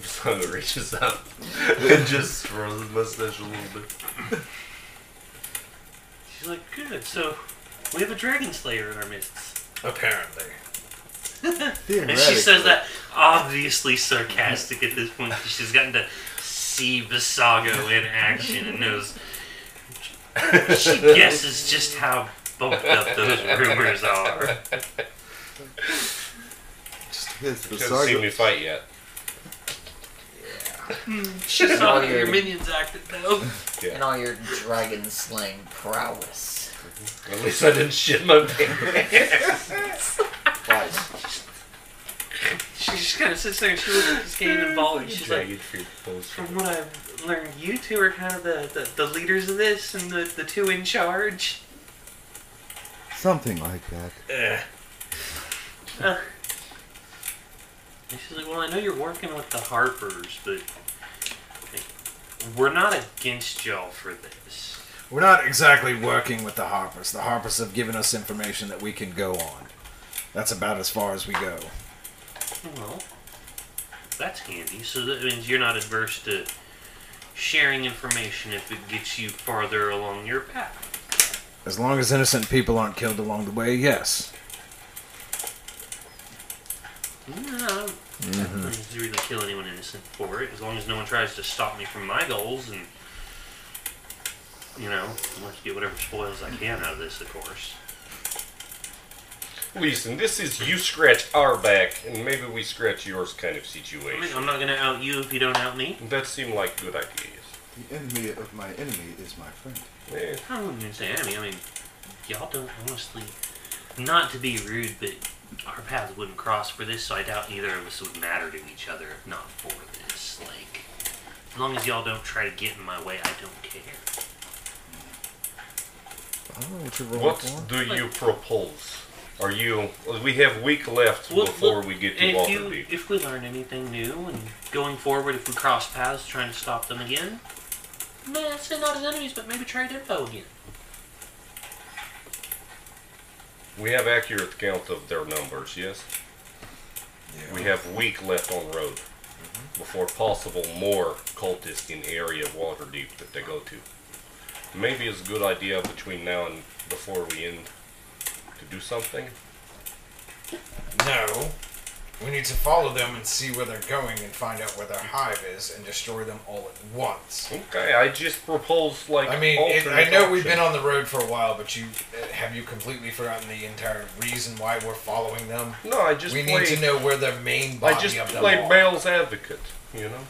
Visago reaches up and just throws his mustache a little bit. She's like, good. So we have a dragon slayer in our midst, Apparently. and she says that obviously sarcastic at this point. 'cause She's gotten to see Visago in action and knows. She guesses just how bumped up those rumors are. Yes, She hasn't seen me Visago. fight yet. She saw your minions acted though. and all your dragon slaying prowess. At least I didn't shit my pants. She just kind of sits there and she looks at this game and ball and she's like, from what I've learned, you two are kind of the, the, the leaders of this and the, the two in charge. Something like that. Uh, and she's like, well, I know you're working with the Harpers, but like, we're not against y'all for this. We're not exactly working with the Harpers. The Harpers have given us information that we can go on. That's about as far as we go. Well, that's handy. So that means you're not adverse to sharing information if it gets you farther along your path. As long as innocent people aren't killed along the way, yes. No, I'm not to really kill anyone innocent for it, as long as no one tries to stop me from my goals and, you know, I want to get whatever spoils I can out of this, of course. Listen, this is you scratch our back and maybe we scratch yours kind of I mean, situation. I'm not going to out you if you don't out me. That seemed like good ideas. The enemy of my enemy is my friend. Yeah. I wouldn't even say enemy. I mean, y'all don't honestly, not to be rude, but our paths wouldn't cross for this, so I doubt either of us would matter to each other if not for this. Like, as long as y'all don't try to get in my way, I don't care. I don't know what you're rolling What for. do you propose? Are you? We have week left Well, before look, we get to If, you, Waterdeep. if we learn anything new and going forward, if we cross paths trying to stop them again, nah, say not as enemies, but maybe trade info again. We have accurate count of their numbers. Yes. We have week left on road Mm-hmm. before possible more cultists in area of Waterdeep that they go to. Maybe it's a good idea between now and before we end to do something. No. We need to follow them and see where they're going and find out where their hive is and destroy them all at once. Okay, I just propose like. I mean, it, I alternate know we've been options. on the road for a while, but you uh, have you completely forgotten the entire reason why we're following them? No, I just we play. need to know where the main body I just of them play are. Bale's advocate. You know.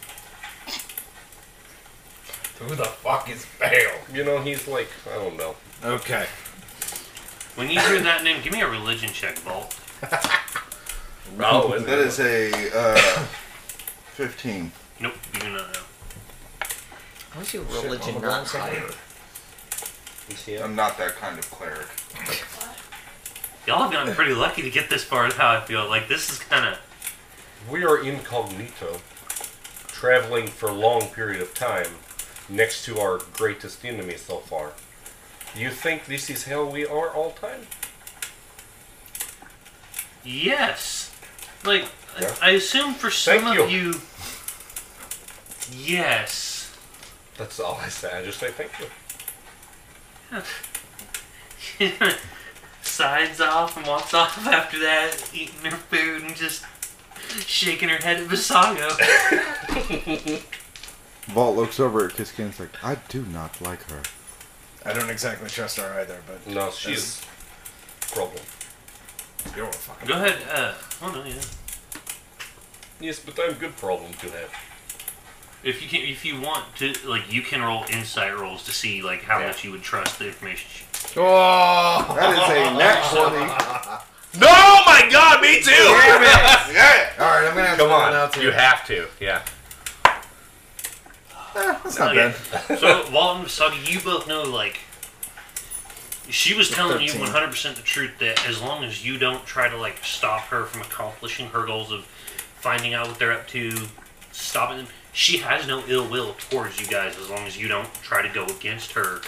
Who the fuck is Bale? You know, he's like I don't know. Okay. When you hear that name, give me a religion check, Bolt. Oh, and That is a uh, 15. Nope, you do not know. What's your religion not higher? I'm not that kind of cleric. Y'all have gotten pretty lucky to get this far. Is how I feel. Like this is kind of We are incognito, traveling for a long period of time, next to our greatest enemy so far. You think this is how we are all time? yes. Like I- Yeah. I assume for some Thank of you, Yes. That's all I say. I just say thank you. Sides off and walks off after that, eating her food and just shaking her head at Visago. Vault looks over at Kiskan's like, I do not like her. I don't exactly trust her either, but No, she's problem. you're a fucking. Go ahead. Uh, oh no, yeah. Yes, but I'm good problem to have. If you can, if you want to, like, you can roll insight rolls to see like how Yeah. much you would trust the information. she- Oh, That is a nat 20. No, oh my God, me too. yeah! all right. I'm gonna have Come to Now on, too. you have to. Yeah. Eh, That's not Okay. bad. so, Walt and Visago, you both know like she was telling you 13. 100 percent the truth that as long as you don't try to like stop her from accomplishing her goals of finding out what they're up to, stopping them, she has no ill will towards you guys as long as you don't try to go against her,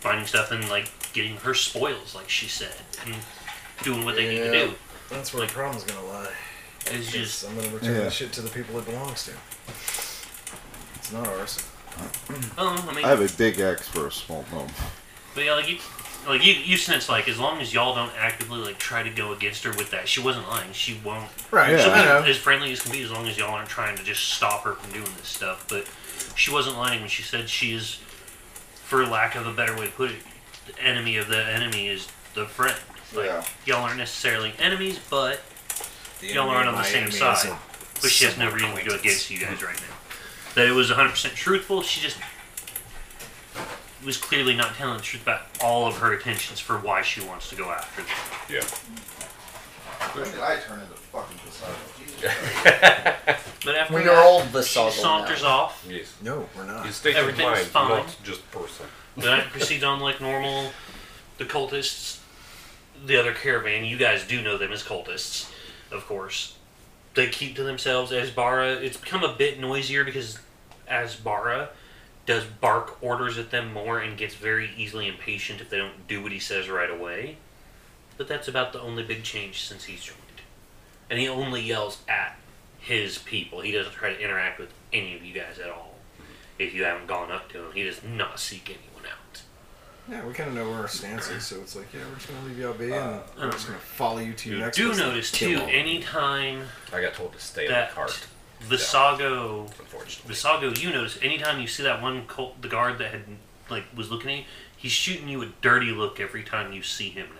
finding stuff and like getting her spoils, like she said, and doing what they need to Yeah. do. That's where the problem's gonna lie. It's just I'm gonna return Yeah. that shit to the people it belongs to. It's not ours. Oh, I mean, I have a big axe for a small gnome. but yeah, like you, like you, you sense like as long as y'all don't actively like try to go against her with that, she wasn't lying. She won't. Right. Yeah. She'll I know. be as friendly as can be as long as y'all aren't trying to just stop her from doing this stuff. But she wasn't lying when she said she is, for lack of a better way to put it, the enemy of the enemy is the friend. Like Yeah. y'all aren't necessarily enemies, but The y'all enemy aren't on of the my same enemy side. is a but she has no somewhat reason to go acquaintance. against you guys right now. That it was 100% truthful. She just was clearly not telling the truth about all of her intentions for why she wants to go after them. Yeah. When did I turn into fucking Poseidon? But after We that, are all the she Soggle saunters now. off. Yes. No, we're not. You state of Everything's mind, fine. not just person. The night proceeds on like normal. The cultists, the other caravan, you guys do know them as cultists, of course. They keep to themselves. Asbara, it's become a bit noisier because Asbara does bark orders at them more and gets very easily impatient if they don't do what he says right away. But that's about the only big change since he's joined. And he only yells at his people. He doesn't try to interact with any of you guys at all. If you haven't gone up to him, he does not seek anyone out. Yeah, we kind of know where our stance is, so it's like, yeah, we're just gonna leave y'all be, and Uh, we're just gonna follow you to your You next. do place. notice too, anytime I got told to stay on that the cart, Visago, unfortunately. Visago, you notice anytime you see that one cult, the guard that had like was looking at you, he's shooting you a dirty look every time you see him now.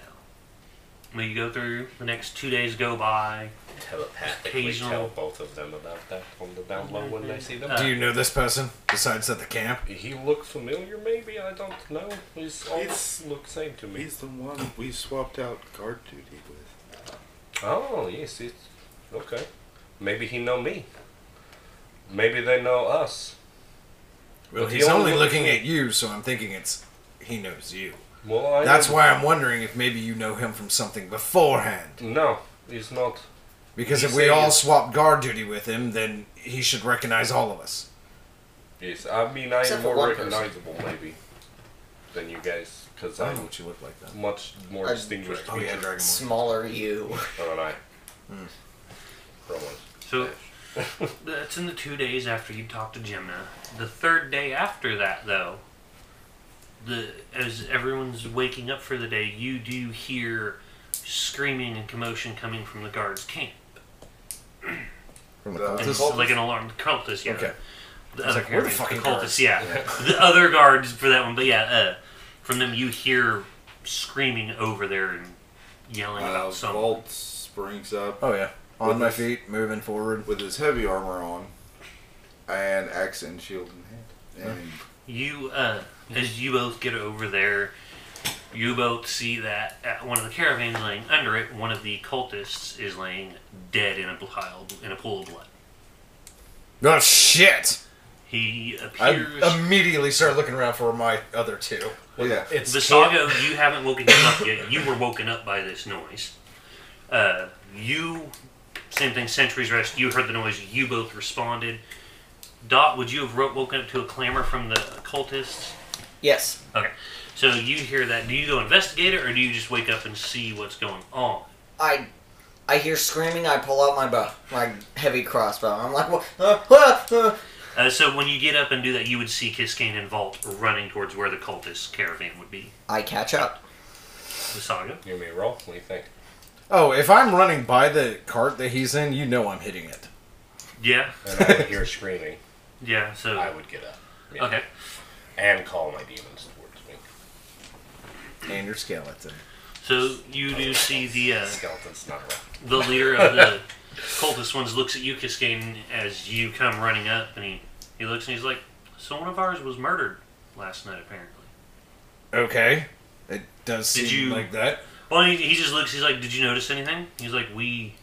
When you go through, the next two days go by. Telepathically Occasional- tell both of them about that on the down low when I see them. uh, Do you know this person besides at the camp? he looked familiar, maybe? I don't know. He's all He's- look same to me. He's the one we swapped out guard duty with. Oh, yes, it's okay. Maybe he know me. Maybe they know us. Well, He he's only only- looking at you, so I'm thinking it's he knows you. Well, I That's know- why I'm wondering if maybe you know him from something beforehand. No, he's not. Because if He's we saying- all swapped guard duty with him, then he should recognize all of us. Yes, I mean I am Except for more one person. recognizable maybe than you guys because I don't know I'm what you look like then. much more I'm distinguished. Oh yeah, Hmm. feature Dragon Ball. Smaller you. than I. Probably. So that's in the two days after you talk to Gemna. The third day after that, though, the as everyone's waking up for the day, you do hear screaming and commotion coming from the guards' camp. From the The- cult? It's cultists? like an alarm. The cultists, yeah. Okay. The I was other like, where the guards, fucking the guards? cultists, yeah. the other guards for that one, but yeah, uh, from them you hear screaming over there and yelling Uh, about something. Vault springs up Oh yeah, on With my his- feet, moving forward. with his heavy armor on and axe and shield in hand. And You, uh, as you both get over there, you both see that at one of the caravans laying under it, one of the cultists is laying dead in a pile, in a pool of blood. Oh shit! He I appears. immediately started looking around for my other two. yeah. The Visago, you haven't woken him up yet. You were woken up by this noise. Uh, you, same thing, Century's Rest, you heard the noise, you both responded. Dot, would you have ro- woken up to a clamor from the cultists? Yes. Okay. So you hear that. Do you go investigate it, or do you just wake up and see what's going on? I I hear screaming. I pull out my bow, my heavy crossbow. I'm like, what? Uh, uh, uh. Uh, so when you get up and do that, you would see Kiskane and Vault running towards where the cultist caravan would be. I catch up. The saga. You may roll. What do you think? Oh, if I'm running by the cart that he's in, you know I'm hitting it. Yeah, And I would hear screaming. yeah. So I would get up. Yeah. okay. And call my demons towards me. And your skeleton. So you do see the uh, Skeleton's not around. the leader of the cultist ones looks at you, Kiskane, as you come running up, and he he looks and he's like, "So one of ours was murdered last night, apparently." Okay. It does Did seem you- like that. Well, he, he just looks. He's like, "Did you notice anything?" He's like, "We,"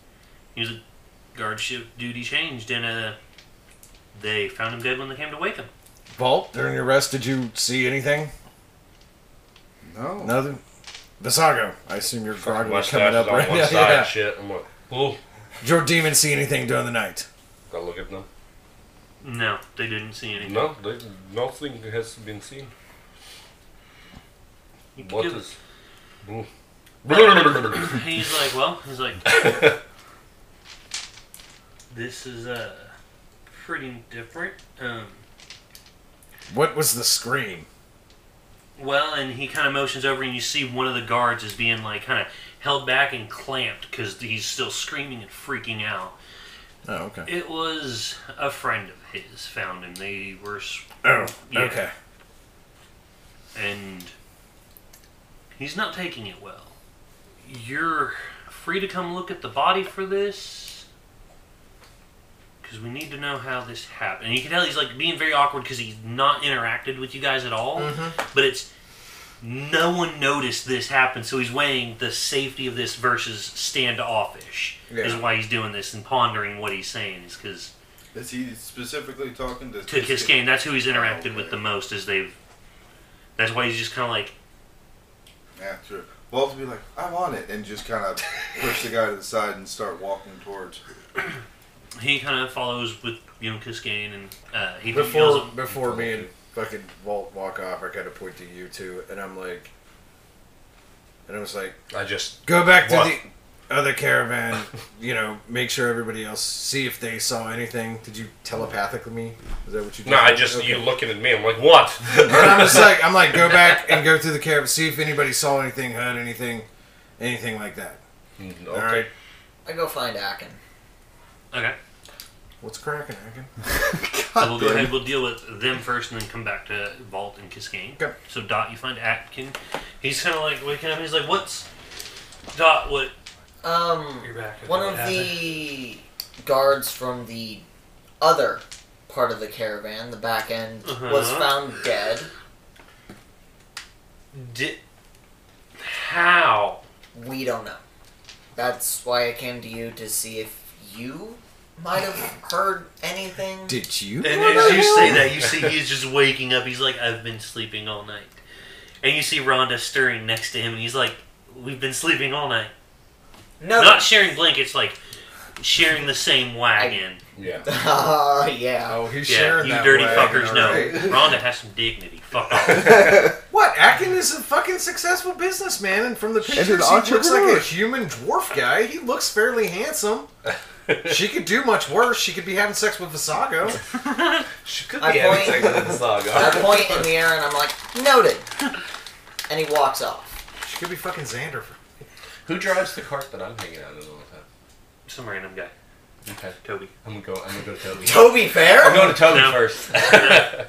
he's like, "Guard ship duty changed, and uh, they found him dead when they came to wake him." Vault, during your rest, did you see anything? No. Nothing? Visago, I assume your guard was Mustache coming is up on right one now. side. Yeah. Shit. I'm like, oh, Did your demon see anything during the night? gotta look at them. No, they didn't see anything. No, they, nothing has been seen. You could What give- is? He's like, well, he's like, this is uh pretty different. Um, What was the scream? well, and he kind of motions over, and you see one of the guards is being like kind of held back and clamped because he's still screaming and freaking out. Oh, okay. It was a friend of his found him. They were, s- Oh, Yeah. okay. and he's not taking it well. You're free to come look at the body for this. Because we need to know how this happened. And you can tell he's like being very awkward because he's not interacted with you guys at all. But it's no one noticed this happened, so he's weighing the safety of this versus standoffish. Is Yeah. why he's doing this and pondering what he's saying. Is because Is he specifically talking to to his game, that's who he's interacted with the most. Is they've. That's why he's just kind of like After Walt would be like, "I'm on it," and just kind of push the guy to the side and start walking towards. he kind of follows with you know Kiskane and uh, he Before yells, before me and fucking Walt walk off, I kind of point to you two, and I'm like, and I was like, I just go back to What? the other caravan. you know, make sure everybody else see if they saw anything. Did you telepathically me? Is that what you? did? no, I just Okay. you looking at me. I'm like, what? And I'm just like, I'm like, go back and go through the caravan, see if anybody saw anything, heard anything, anything like that. Mm, okay. All right, I go find Akin. okay what's cracking, Akin? so we'll go ahead we'll deal with them first and then come back to Vault and Kiskane Okay. so Dot you find Atkin he's kind of like waking up he's like what's Dot what Um, you're back one What of happened? the guards from the other part of the caravan, the back end, was Uh-huh. found dead. Di- how We don't know. That's why I came to you to see if you might have heard anything. Did you? and as you say that you see he's just waking up he's like I've been sleeping all night and you see Rhonda stirring next to him and he's like we've been sleeping all night no. not sharing blankets like sharing the same wagon Yeah. Ah, yeah. Oh, he's Yeah, sharing you that dirty way. fuckers All know. right. Rhonda has some dignity. Fuck off. What? Akin is a fucking successful businessman, and from the pictures, he looks like entrepreneur. a human dwarf guy. He looks fairly handsome. she could do much worse. She could be having sex with Visago. She could I be having point- sex with the I saga. point in the air and I'm like, noted. And he walks off. She could be fucking Xander. Who drives the cart that I'm hanging out in all the Some random guy. time? Okay. Toby. I'm gonna go. I'm gonna go to Toby. Toby I'm Fair? going to Toby No. first. This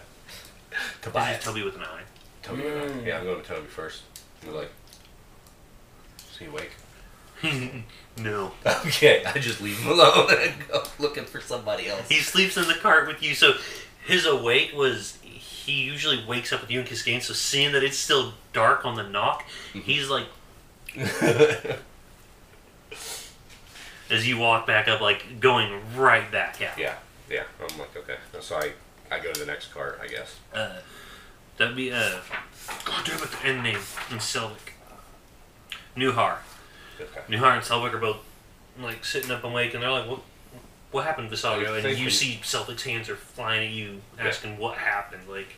Tobias. is Toby with an eye. Toby. Yeah, I'm going to Toby first. You're like, is he awake? No. Okay, I just leave him alone and go looking for somebody else. He sleeps in the cart with you, so his awake was he usually wakes up with you and Kiskane, so seeing that it's still dark on the knock, he's like as you walk back up, like going right back out. yeah, yeah. I'm like, okay. So I, I go to the next cart, I guess. Uh, that'd be uh God damn it the end name in Selvik. Newhar. Okay. Nihar and Selvik are both like sitting up and awake, and they're like, "What? What happened to I Visago?" And think you we- see Selvic's hands are flying at you, Yeah. asking what happened. Like,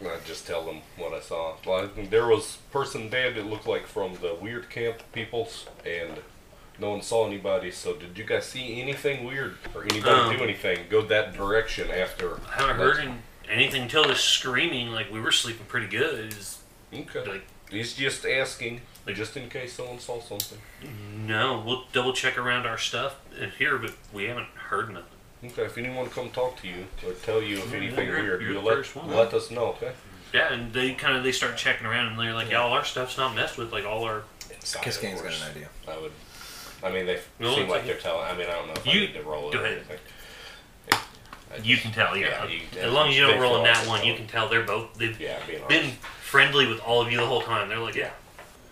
And I just tell them what I saw. Like, there was person dead. It looked like from the weird camp peoples, and No one saw anybody, so did you guys see anything weird or anybody Um, do anything? Go that direction after. I haven't heard an- anything until the screaming. Like we were sleeping pretty good. It's Okay. like- He's just asking, just in case someone saw something. no, we'll double check around our stuff in here, but we haven't heard nothing. Okay, if anyone come talk to you or tell you if Yeah, anything you're- weird, you're you the let, first one. let us know, okay? Yeah, and they kind of they start checking around and they're like, yeah, all our stuff's not messed with. Like all our Kiss Gang's got an idea. I would. I mean, they No, seem it's like okay. they're telling. I mean, I don't know if You- I need to roll it go or ahead. anything. Uh, you can tell, yeah. Yeah, you can as long as you they don't roll feel in that it, one, so- you can tell they're both they've Yeah, I'm being been honest. friendly with all of you the whole time. They're like, yeah.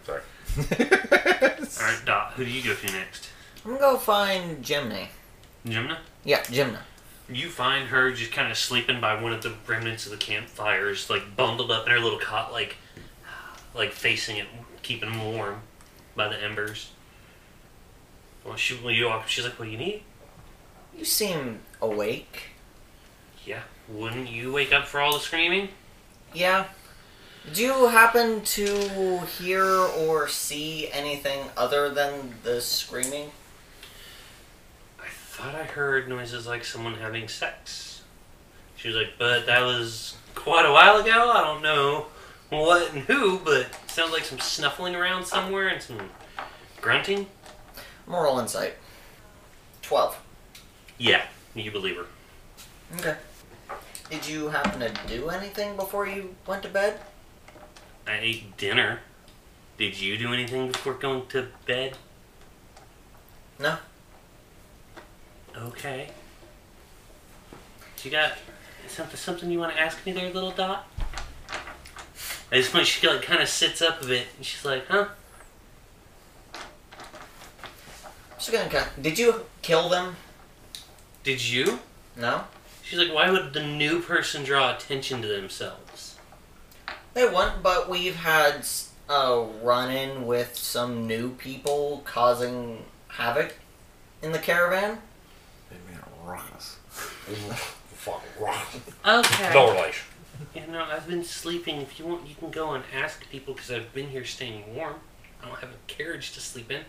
Sorry. All right, Dot. Who do you go to next? I'm gonna go find Jimny. Jimna. Yeah, Jimna. You find her just kind of sleeping by one of the remnants of the campfires, like bundled up in her little cot, like like facing it, keeping them warm by the embers. Well, she when you walk, she's like, "What do you need?" You seem awake. Yeah. Wouldn't you wake up for all the screaming? Yeah. Do you happen to hear or see anything other than the screaming? I thought I heard noises like someone having sex. She was like, "But that was quite a while ago. I don't know what and who, but it sounds like some snuffling around somewhere and some grunting." Moral insight. Twelve. Yeah, you believe her. Okay. Did you happen to do anything before you went to bed? I ate dinner. Did you do anything before going to bed? No. Okay. You got something, something you want to ask me there, little dot? At this point, she like, kind of sits up a bit, and she's like, "Huh? Just gonna ca- Did you kill them? Did you?" No. She's like, "Why would the new person draw attention to themselves?" They went, but we've had a run-in with some new people causing havoc in the caravan. They made a ruckus. Fuck, wrong. Okay. No relation. You know, I've been sleeping. If you want, you can go and ask people because I've been here staying warm. I don't have a carriage to sleep in.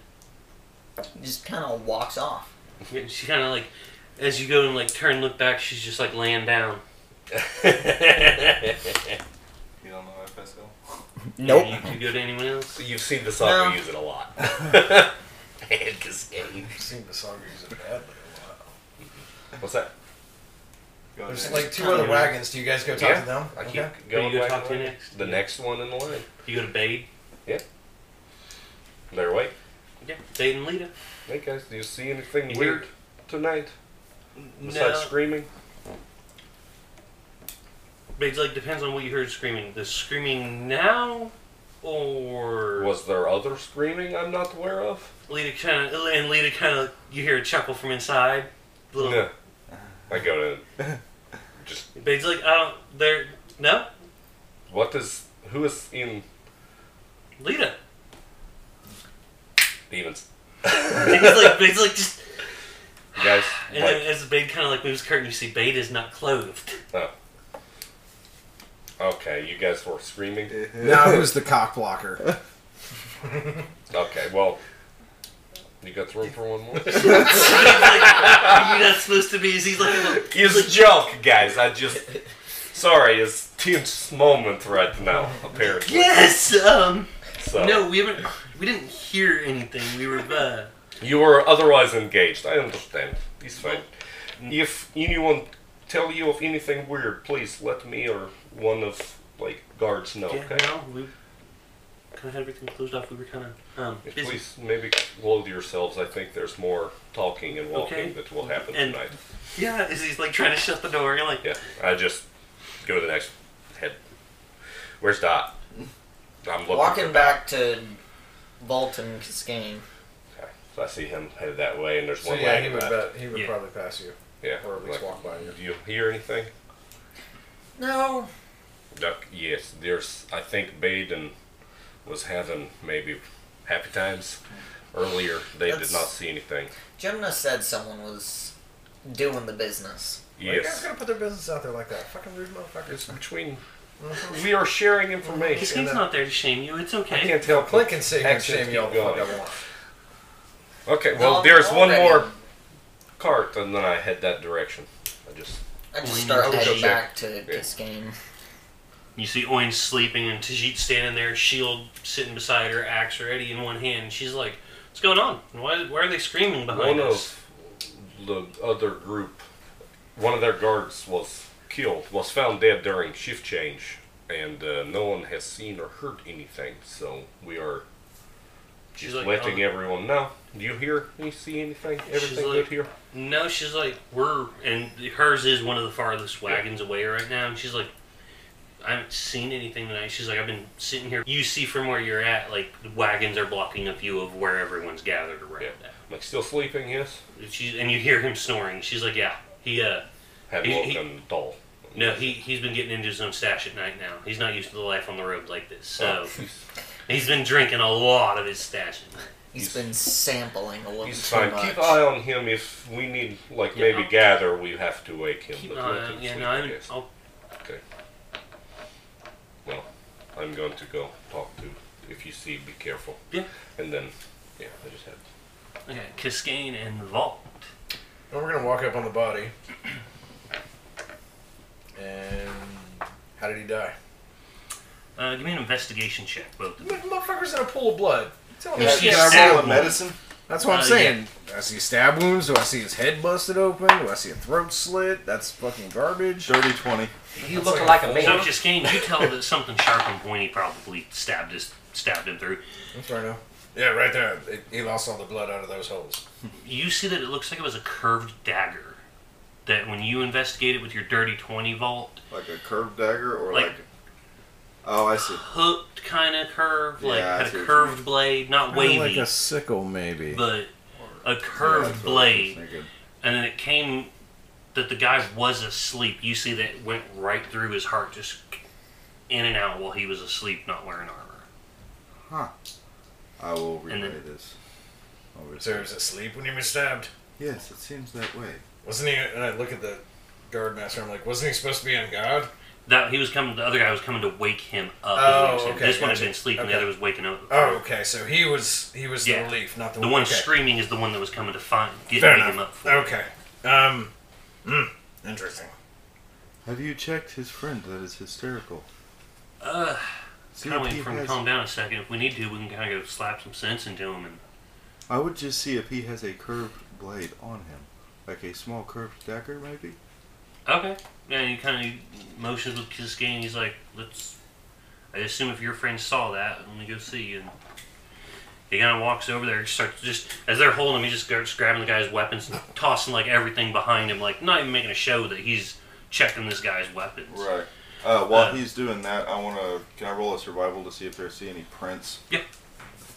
Just kind of walks off. Yeah, she kind of like, as you go and like turn, look back, she's just like laying down. You don't know FSL? Nope. You could go to anyone else. You've seen the song No. we use it a lot. and Cascade. I've seen the song use it badly. a lot. What's that? Go There's ahead. like two other wagons. Do you guys go talk Yeah. to them? I keep Okay. Who going you gonna back talk to and- next? The next one in the line. You go to Bade. They're awake. Yeah, Bade and Lita. Hey guys, do you see anything You weird hear- tonight besides No, screaming? Bade's like depends on what you heard screaming. The screaming now, or Was there other screaming I'm not aware of? Lita kind of and Lita kind of you hear a chuckle from inside. Little No. I go to just Bade's like, oh, there, no, what is who is in Lita. demons? Bade's like, Bade's like just. You guys, And like, then as Bade kind of like moves curtain, you see Bade is not clothed. okay, you guys were screaming. Now who's the cock blocker? Okay, well, you got room for one more. Are you not supposed to be? He's like, look, It's a joke, guys. I just sorry, it's tense moment right now. Apparently, yes. Um. so No, we haven't. We didn't hear anything. We were. Uh, you were otherwise engaged. I understand. It's fine. If anyone tell you of anything weird, please let me or one of like guards know. yeah, Okay. no, we kind of had everything closed off. We were kind of um If busy. Please maybe clothe yourselves. I think there's more talking and walking Okay. that will happen And- tonight. Yeah, as he's like trying to shut the door. You're like, Yeah, I just go to the next head. Where's Dot? I'm looking. Walking for back to Bolton Cascane. Okay. So I see him headed that way, and there's so one yeah, he wagon would left. bet, he would Yeah. probably pass you, Yeah. or at least like, walk by you. do you hear anything? No. Duck, yes, there's. I think Baden was having maybe happy times earlier. They That's- did not see anything. Jimna said someone was doing the business. Like, guys Yes, gotta put their business out there like that. Fucking rude it's motherfuckers. between. Mm-hmm. We are sharing his information. king's not there to shame you. It's I okay. can't tell. Clint can sit here and Actions shame you all the keep fuck going. I want. Okay, well, Um, there's one already. more cart, and then I head that direction. I just. I just Lean start over. heading Sure. back to Cascane. You see Oin sleeping and Tajit standing there, shield sitting beside her, axe ready in one hand. She's like, "What's going on? Why, why are they screaming behind One us?" of the other group, one of their guards was killed, was found dead during shift change, and uh, no one has seen or heard anything, so we are She's just like, letting um, everyone know. Do you hear? Do you see anything? She's Everything like- good here? No, she's like, "We're," and hers is one of the farthest wagons away right now. And she's like, "I haven't seen anything tonight." She's like, "I've been sitting here. You see from where you're at, like the wagons are blocking a view of where everyone's gathered around." Yeah. Like, still sleeping, yes? At. She's and you hear him snoring. She's like, "Yeah, he uh." Have He- woken he- the doll. No, he he's been getting into his own stash at night now. He's not used to the life on the road like this, so Oh. he's been drinking a lot of his stash. At night. He's been sampling a little He's too fine. much. Keep eye on him if we need, like, Yeah, maybe I'll- gather, we have to wake him. Keep an but eye let on him yeah, sleep, no, I I'm, guess. I'll, Well, I'm going to go talk to. If you see, be careful. Yeah. And then, yeah, I just had. okay, Cascane and the vault. And we're gonna walk up on the body. And how did he die? Uh, give me an investigation check, both of them. Motherfucker's in a pool of blood. Tell me Yeah, that. she's Can I roll sad. a medicine? That's what Uh, I'm saying. Do I see stab wounds? Do I see his head busted open? Do I see a throat slit? That's fucking garbage. Dirty 20. You look like, a So Cascane, you tell that something sharp and pointy probably stabbed his stabbed him through. That's right now. Yeah, right there. It- he lost all the blood out of those holes. You see that it looks like it was a curved dagger. That when you investigate it with your dirty twenty vault, Like a curved dagger or Like- like. Oh, I see. hooked kind of curve, like Yeah, I had see what a you curved blade, not wavy, Like a sickle, maybe. but a Yeah, curved that's what I was blade. thinking. And then it came that the guy was asleep. You see that it went right through his heart, just in and out while he was asleep, not wearing armor. I will And then- relay this. Over So he was asleep when he was stabbed. Yes, it seems that way. Wasn't he? And I look at the guard master. I'm like, wasn't he supposed to be on guard? That he was coming. The other guy was coming to wake him up. is Oh, what I'm saying. okay, this one had gotcha. been asleep, and the Okay. other was waking up. Oh, okay. So he was he was the Yeah. relief, not the, The one okay. screaming is the one that was coming to find get Fair wake him up. enough. For. Okay. Um. mm, interesting. Have you checked his friend that is hysterical? Oh. Uh, See kind of if waiting he for him to has- calm down a second. If we need to, we can kind of go slap some sense into him and I would just see if he has a curved blade on him. Like a small curved dagger, maybe? Okay. Yeah, he kind of motions with his cane. He's like, let's. I assume if your friend saw that, let me go see. And he kind of walks over there and starts just. As they're holding him, he just starts grabbing the guy's weapons and tossing like everything behind him, like not even making a show that he's checking this guy's weapons. Right. Uh, while Uh, he's doing that, I want to. Can I roll a survival to see if there see any prints? Yeah.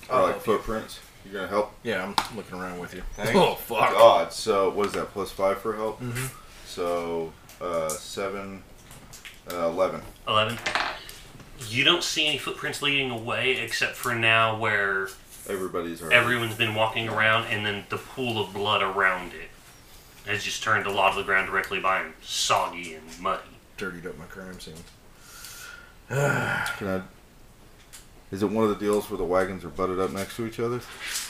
Or I'll like help you. footprints? You're gonna help? Yeah, I'm looking around with you. Thank oh fuck! Mm-hmm. God. So what is that? Plus five for help. So uh, seven, uh, eleven. 11. You don't see any footprints leading away except for now where Everybody's already. everyone's been walking around and then the pool of blood around it has just turned a lot of the ground directly by him, soggy and muddy. Dirtied up my crime scene. Can I? Is it one of the deals where the wagons are butted up next to each other?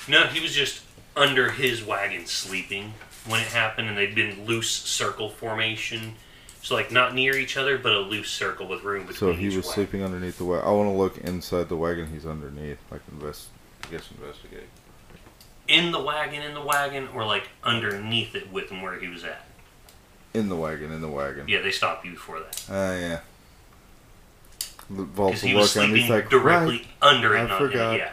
No, he was just under his wagon sleeping when it happened, and they'd been loose circle formation. So, like, not near each other, but a loose circle with room between So he each was wagon. sleeping underneath the wagon. I want to look inside the wagon he's underneath. Like invest. I guess investigate. In the wagon, in the wagon, or, like, underneath it with him where he was at. In the wagon. In the wagon. Yeah, they stopped you before that. Ah, Oh, yeah. The Because Vault he will was look and sleeping he's like, directly right. under it, I not in forgot. it. Yeah.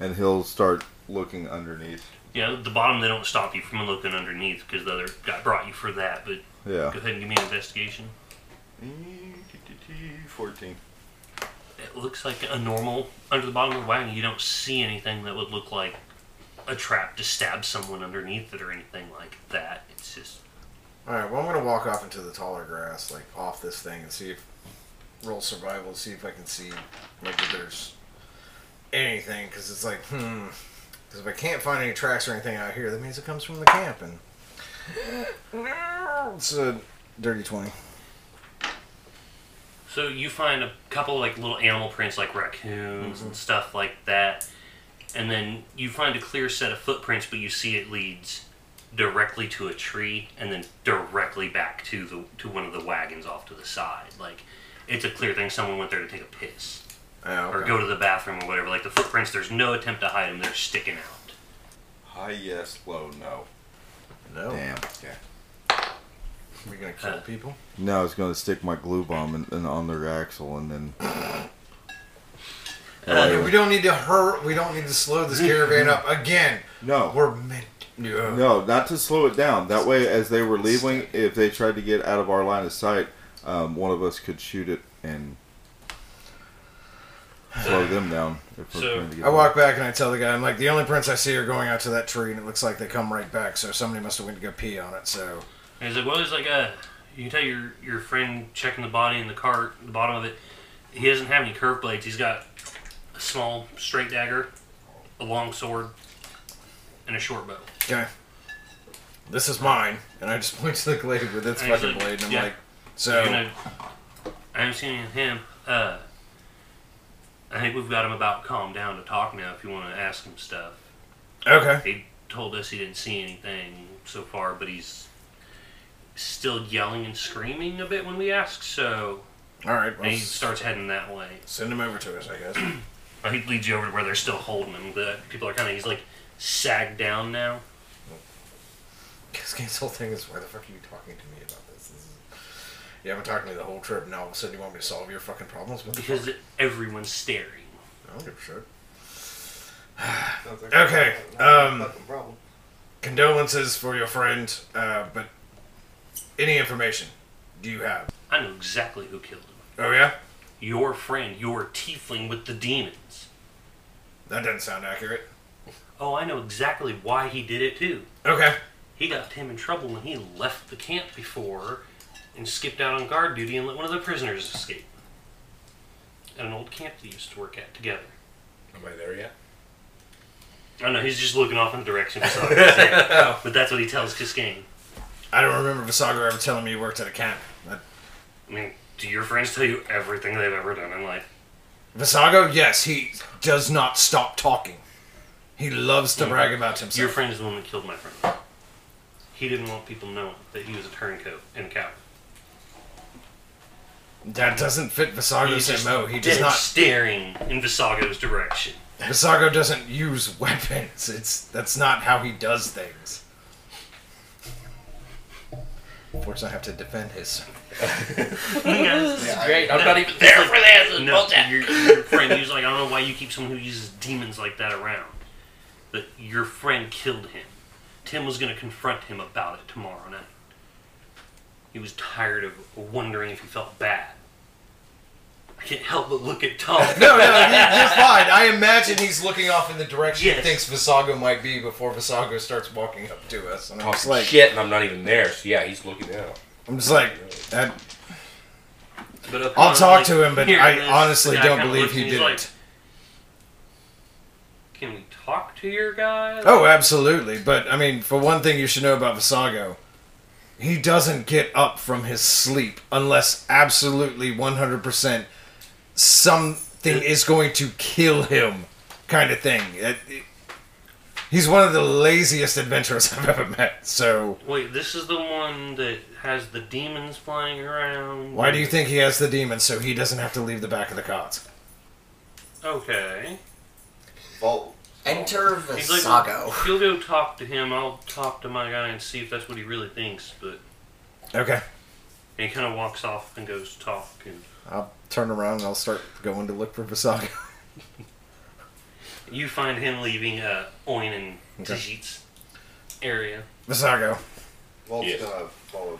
And he'll start looking underneath. Yeah, the bottom, they don't stop you from looking underneath because the other guy brought you for that, but Yeah. go ahead and give me an investigation. E 14. It looks like a normal under the bottom of the wagon. You don't see anything that would look like a trap to stab someone underneath it or anything like that. It's just All right. Well, I'm gonna walk off into the taller grass, like off this thing, and see if roll survival, see if I can see like if there's anything, because it's like, hmm. Because if I can't find any tracks or anything out here, that means it comes from the camp, and it's a dirty twenty. so you find a couple like little animal prints like raccoons and stuff like that, and then you find a clear set of footprints, but you see it leads directly to a tree and then directly back to the to one of the wagons off to the side. Like it's a clear thing someone went there to take a piss Oh, or go to the bathroom or whatever. Like the footprints, there's no attempt to hide them; they're sticking out. High yes, low no. No. Damn. We're gonna kill Uh. people. Now I was gonna stick my glue bomb in, in, on their axle and then. Okay, Uh, we don't need to hurry. We don't need to slow this caravan up again. Oh. no, We're meant. No. no, not to slow it down. That way, as they were leaving, if they tried to get out of our line of sight, um, one of us could shoot it and slow them down. If we're So- trying to get I walk back and I tell the guy, I'm like, the only prints I see are going out to that tree, and it looks like they come right back. So somebody must have went to go pee on it. So And he's like, well, it's like a. You can tell your your friend checking the body in the cart, the bottom of it. He doesn't have any curved blades. He's got a small straight dagger, a long sword, and a short bow. okay, this is mine, and I just point to the glade with its And he's fucking like, blade, and I'm yeah. like, You're so gonna- I haven't seen any of him. Uh, I think we've got him about calmed down to talk now. If you want to ask him stuff, okay, he told us he didn't see anything so far, but he's still yelling and screaming a bit when we ask. So all right, well, and he starts heading that way. send him over to us, I guess. Uh, He leads you over to where they're still holding him. The people are kind of he's like sagged down now. Cascade's whole thing is, why the fuck are you talking to me about this? this is... You haven't talked to me the whole trip, and all of a sudden you want me to solve your fucking problems? What the fuck? because everyone's staring. I don't give a shit. Sounds like Okay, um, Fucking problem. Condolences for your friend, uh, but any information do you have? I know exactly who killed him. Oh yeah, Your friend, your tiefling with the demons. that doesn't sound accurate. Oh, I know exactly why he did it too. Okay, He got him in trouble when he left the camp before and skipped out on guard duty and let one of the prisoners escape. At an old camp they used to work at together. Am I there yet? I don't know, he's just looking off in the direction of something. but that's what he tells Kiskane. I don't remember Visago ever telling me you worked at a camp. That- I mean, do your friends tell you everything they've ever done in life? Visago, yes, he does not stop talking. He loves to brag about himself. Your friend is the one that killed my friend. He didn't want people knowing that he was a turncoat and a coward. that doesn't fit Visago's MO. He does dead not. staring in Visago's direction. Visago doesn't use weapons. It's that's not how he does things. Of course, I have to defend his. Yes. It's great. I'm not even there for this. It's No, bullshit. your, your friend. He was like, I don't know why you keep someone who uses demons like that around. But your friend killed him. Tim was going to confront him about it tomorrow night. He was tired of wondering if he felt bad. I can't help but look at Tom. No, no, you- you're fine. I imagine he's looking off in the direction he Yes. thinks Visago might be before Visago starts walking up to us. And I'm just Talking like, shit, and I'm not even there. So yeah, he's looking down. I'm just like, that But upon, I'll talk like, to him, but hearing I this, honestly the guy don't kinda believe looks he and he's did it. like, Can we talk to your guy? oh, absolutely. But I mean, for one thing, you should know about Visago. He doesn't get up from his sleep unless absolutely 100% something is going to kill him, kind of thing. It- it- he's one of the laziest adventurers I've ever met. So Wait, this is the one that has the demons flying around. why do you think he has the demon so he doesn't have to leave the back of the cot? Okay. Vault. Enter He's like, Visago. you'll go talk to him. I'll talk to my guy and see if that's what he really thinks. But Okay. and he kind of walks off and goes to talk. And I'll turn around and I'll start going to look for Visago. you find him leaving uh, Oin and Okay. Tajit's area. Visago. Vault's Yes. gonna follow.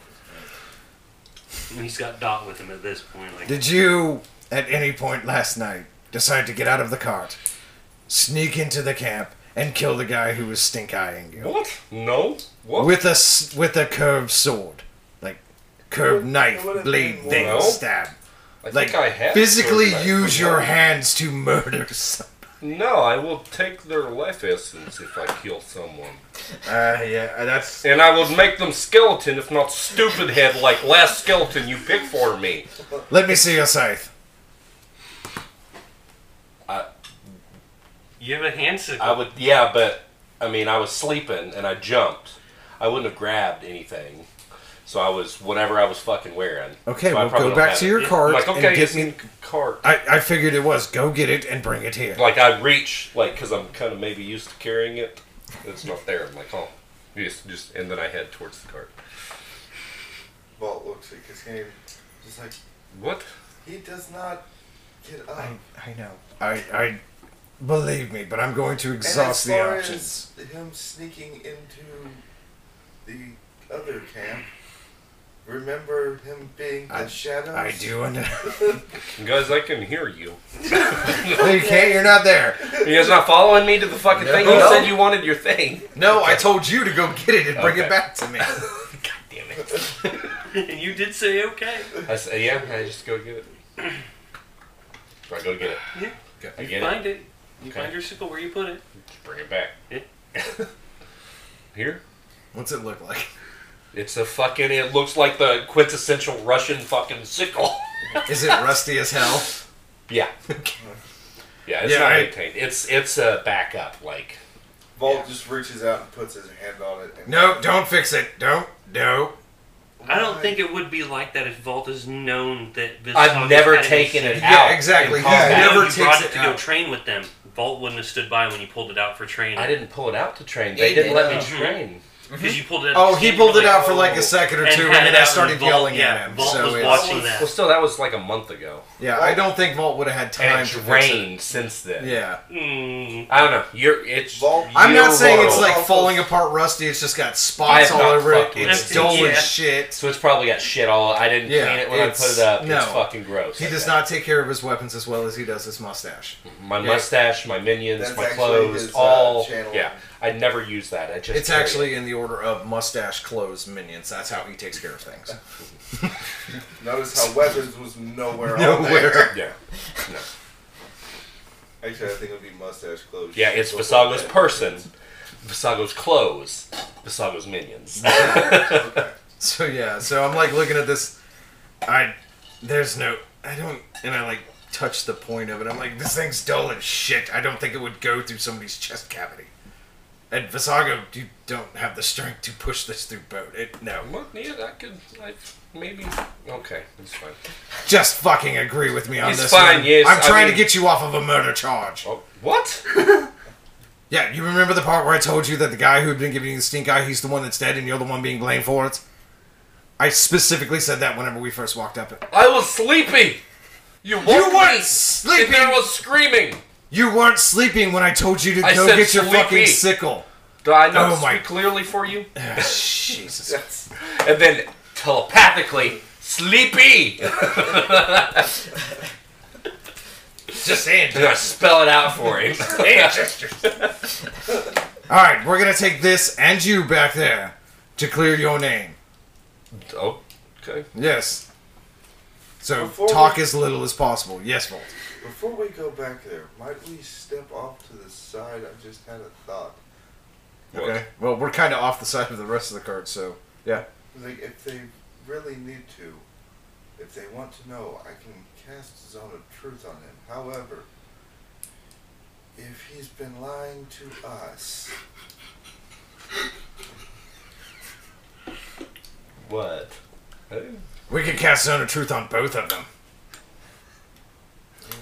And he's got Dot with him at this point. Like Did you, at any point last night, decide to get out of the cart, sneak into the camp, and kill the guy who was stink eyeing you What? No. What? with a s- with a curved sword, like curved knife, would've blade, been thing, one- stab? I Like think I have physically survived. use your hands to murder. Some- No, I will take their life essence if I kill someone, uh, yeah, that's and I will make them skeleton, if not stupid head, like last skeleton you picked for me. Let me see your scythe. You have a hand signal. I would, yeah, but I mean, I was sleeping and I jumped. I wouldn't have grabbed anything, so I was whatever I was fucking wearing. Okay, So I well, probably go don't back have to it. your Yeah, cart Like, and okay, get it's in me- the cart. I, I figured it was. Go get it and bring it here. Like I reach, like because I'm kind of maybe used to carrying it. It's not there. I'm like, oh, just, just, and then I head towards the cart. Vault looks at Cascade, just like What? he does not get up. I, I know. I, I believe me, but I'm going to exhaust and as the far options. As him sneaking into the other camp. Remember him being the I- shadow. I do and Guys, I can hear you. you can't. You're not there. You guys not following me to the fucking thing? You No. said you wanted your thing. No, I told you to go get it and bring Okay. it back to me. God damn it! and you did say okay. I said, yeah, I just go get it. So I go get it. Yeah. I You get it. find it. You Okay. find your sickle where you put it. Bring it back. Yeah. Here? What's it look like? It's a fucking. It looks like the quintessential Russian fucking sickle. Is it rusty as hell? Yeah. Yeah, it's Yeah, not I- maintained. It's it's a backup. Like Vault just reaches out and puts his hand on it. And No, don't fix it. Don't. No. I don't Why? think it would be like that if Vault has known that this. I've never taken it Yeah, out. exactly. in Yeah, combat. he Never never you takes brought it it to go out. train with them. Vault wouldn't have stood by when you pulled it out for training. I didn't pull it out to train. They He didn't did. let me Mhm. train. Because you pulled it. Out Oh, to he see, pulled you it were out like, for like "Oh." a second or And two, had and it then I out started and Vault- yelling yeah, at him. Vault So was it's, watching that. Well, still, that was like a month ago, yeah, I don't think Vault would have had time and to it fix it. rained since then. Yeah, Mm, I don't know. You're it's. Vault- I'm your not saying it's role. like Vault falling was- apart, rusty. It's just got I spots have all not over it. fucked with It's it. dull Yeah. as shit. So it's probably got shit all. I didn't Yeah, clean it when I it's- put it up. no. It's fucking gross. He I does bet. not take care of his weapons as well as he does his mustache. My Yeah. mustache, my minions, That's my actually clothes, his, uh, all. channel. yeah, I never use that. I just. It's carry it. actually in the order of mustache, clothes, minions. That's how he takes care of things. Notice how weapons was nowhere. on there. Nowhere. Yeah, Actually, I think it would be mustache clothes. yeah. It's Look Visago's like that. person, Visago's clothes, Visago's minions. Okay. So yeah, so I'm like looking at this. I there's no I don't and I like touch the point of it. I'm like this thing's dull as shit. I don't think it would go through somebody's chest cavity. And Visago, you don't have the strength to push this through boat. It no. Well, yeah, that could like maybe. Okay, it's fine. Just fucking agree with me on It's this. fine, one. yes, I'm I trying mean- to get you off of a murder charge. Oh, what? Yeah, you remember the part where I told you that the guy who had been giving you the stink eye, he's the one that's dead and you're the one being blamed for it? I specifically said that whenever we first walked up it. I was sleepy. You woke You weren't me, and there sleeping! was screaming. You weren't sleeping when I told you to I go said get your fucking sleepy. sickle. Do I not Oh my- speak clearly for you? Ah, Jesus. And then telepathically, sleepy. Just saying. And I spell it out for him. Alright, we're gonna take this and you back there to clear your name. oh, okay. Yes. So Before talk we- as little as possible. Yes, Volt. Before we go back there, might we step off to the side? I just had a thought. Okay. Well, we're kind of off the side of the rest of the card, so yeah. Like, if they really need to, if they want to know, I can cast Zone of Truth on him. However, if he's been lying to us, What? We could cast Zone of Truth on both of them.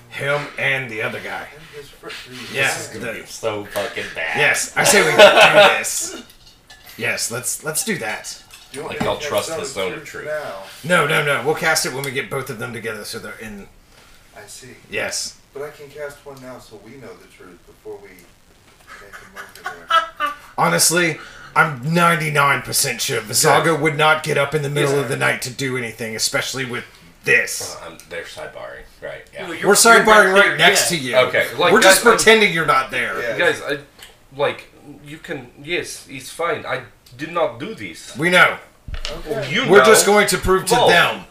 Him and the other guy. and his friend, Yeah. the- so fucking bad. yes, I say we do this. Yes, let's let's do that. you want Like, me to I'll cast trust his Zone of Truth. Now, No, no, no. We'll cast it when we get both of them together, so they're in. I see. Yes. But I can cast one now so we know the truth before we take him over there. Honestly, I'm 99% sure Visago would not get up in the middle of the night to do anything, especially with this. Um, they're sidebarring, right? Yeah. No, you're- We're sidebarring you're right there, next yeah. to you. Okay, like, we're just guys, I'm- pretending you're not there. Yeah. guys, I like you can. Yes, it's fine. I did not do this. We know. Okay. You We're know. just going to prove to Well- them.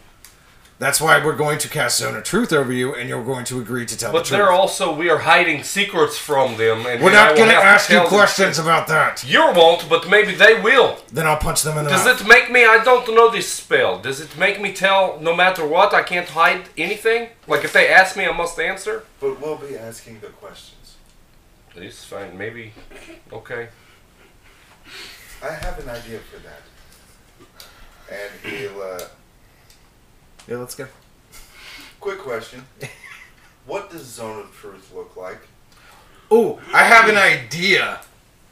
That's why we're going to cast Zone of Truth over you, and you're going to agree to tell But the truth. they're also we are hiding secrets from them, and we're then I not will going to have ask you tell them- questions about that. You won't, but maybe they will. Then I'll punch them in the Does mouth. it make me? I don't know this spell. Does it make me tell no matter what? I can't hide anything. Like if they ask me, I must answer. But we'll be asking the questions. It's fine. Maybe. Okay. I have an idea for that. And he'll. Uh, Yeah, let's go. quick question: What does Zone of Truth look like? Oh, I have an idea,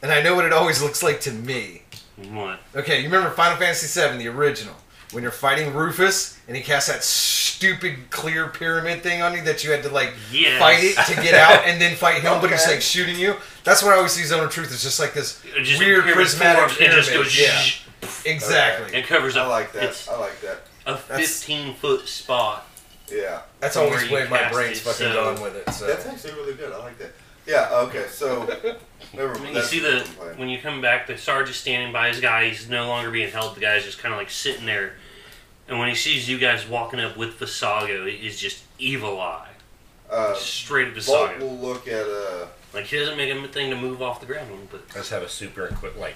and I know what it always looks like to me. What? Okay, you remember Final Fantasy VII, the original, when you're fighting Rufus and he casts that stupid clear pyramid thing on you that you had to like Yes. fight it to get out and then fight him, but he's Okay. like shooting you. That's what I always see Zone of Truth. It's just like this It just weird pyramid prismatic forms, it pyramid. just goes zzz, yeah, exactly. and covers up. I like that. It's I like that. a That's- 15 foot spot. Yeah, That's Where always you where my cast brain's it, fucking so- going with it. So that's actually really good. I like that. Yeah. Okay. So, never I mean, you that's see what the I'm playing. when you come back, the sergeant's standing by his guy. He's no longer being held. The guy's just kind of like sitting there. And when he sees you guys walking up with Visago, he's just evil eye, Uh, straight at Vault Visago. will look at uh, Like he doesn't make him a thing to move off the ground, but Let's have a super quick like.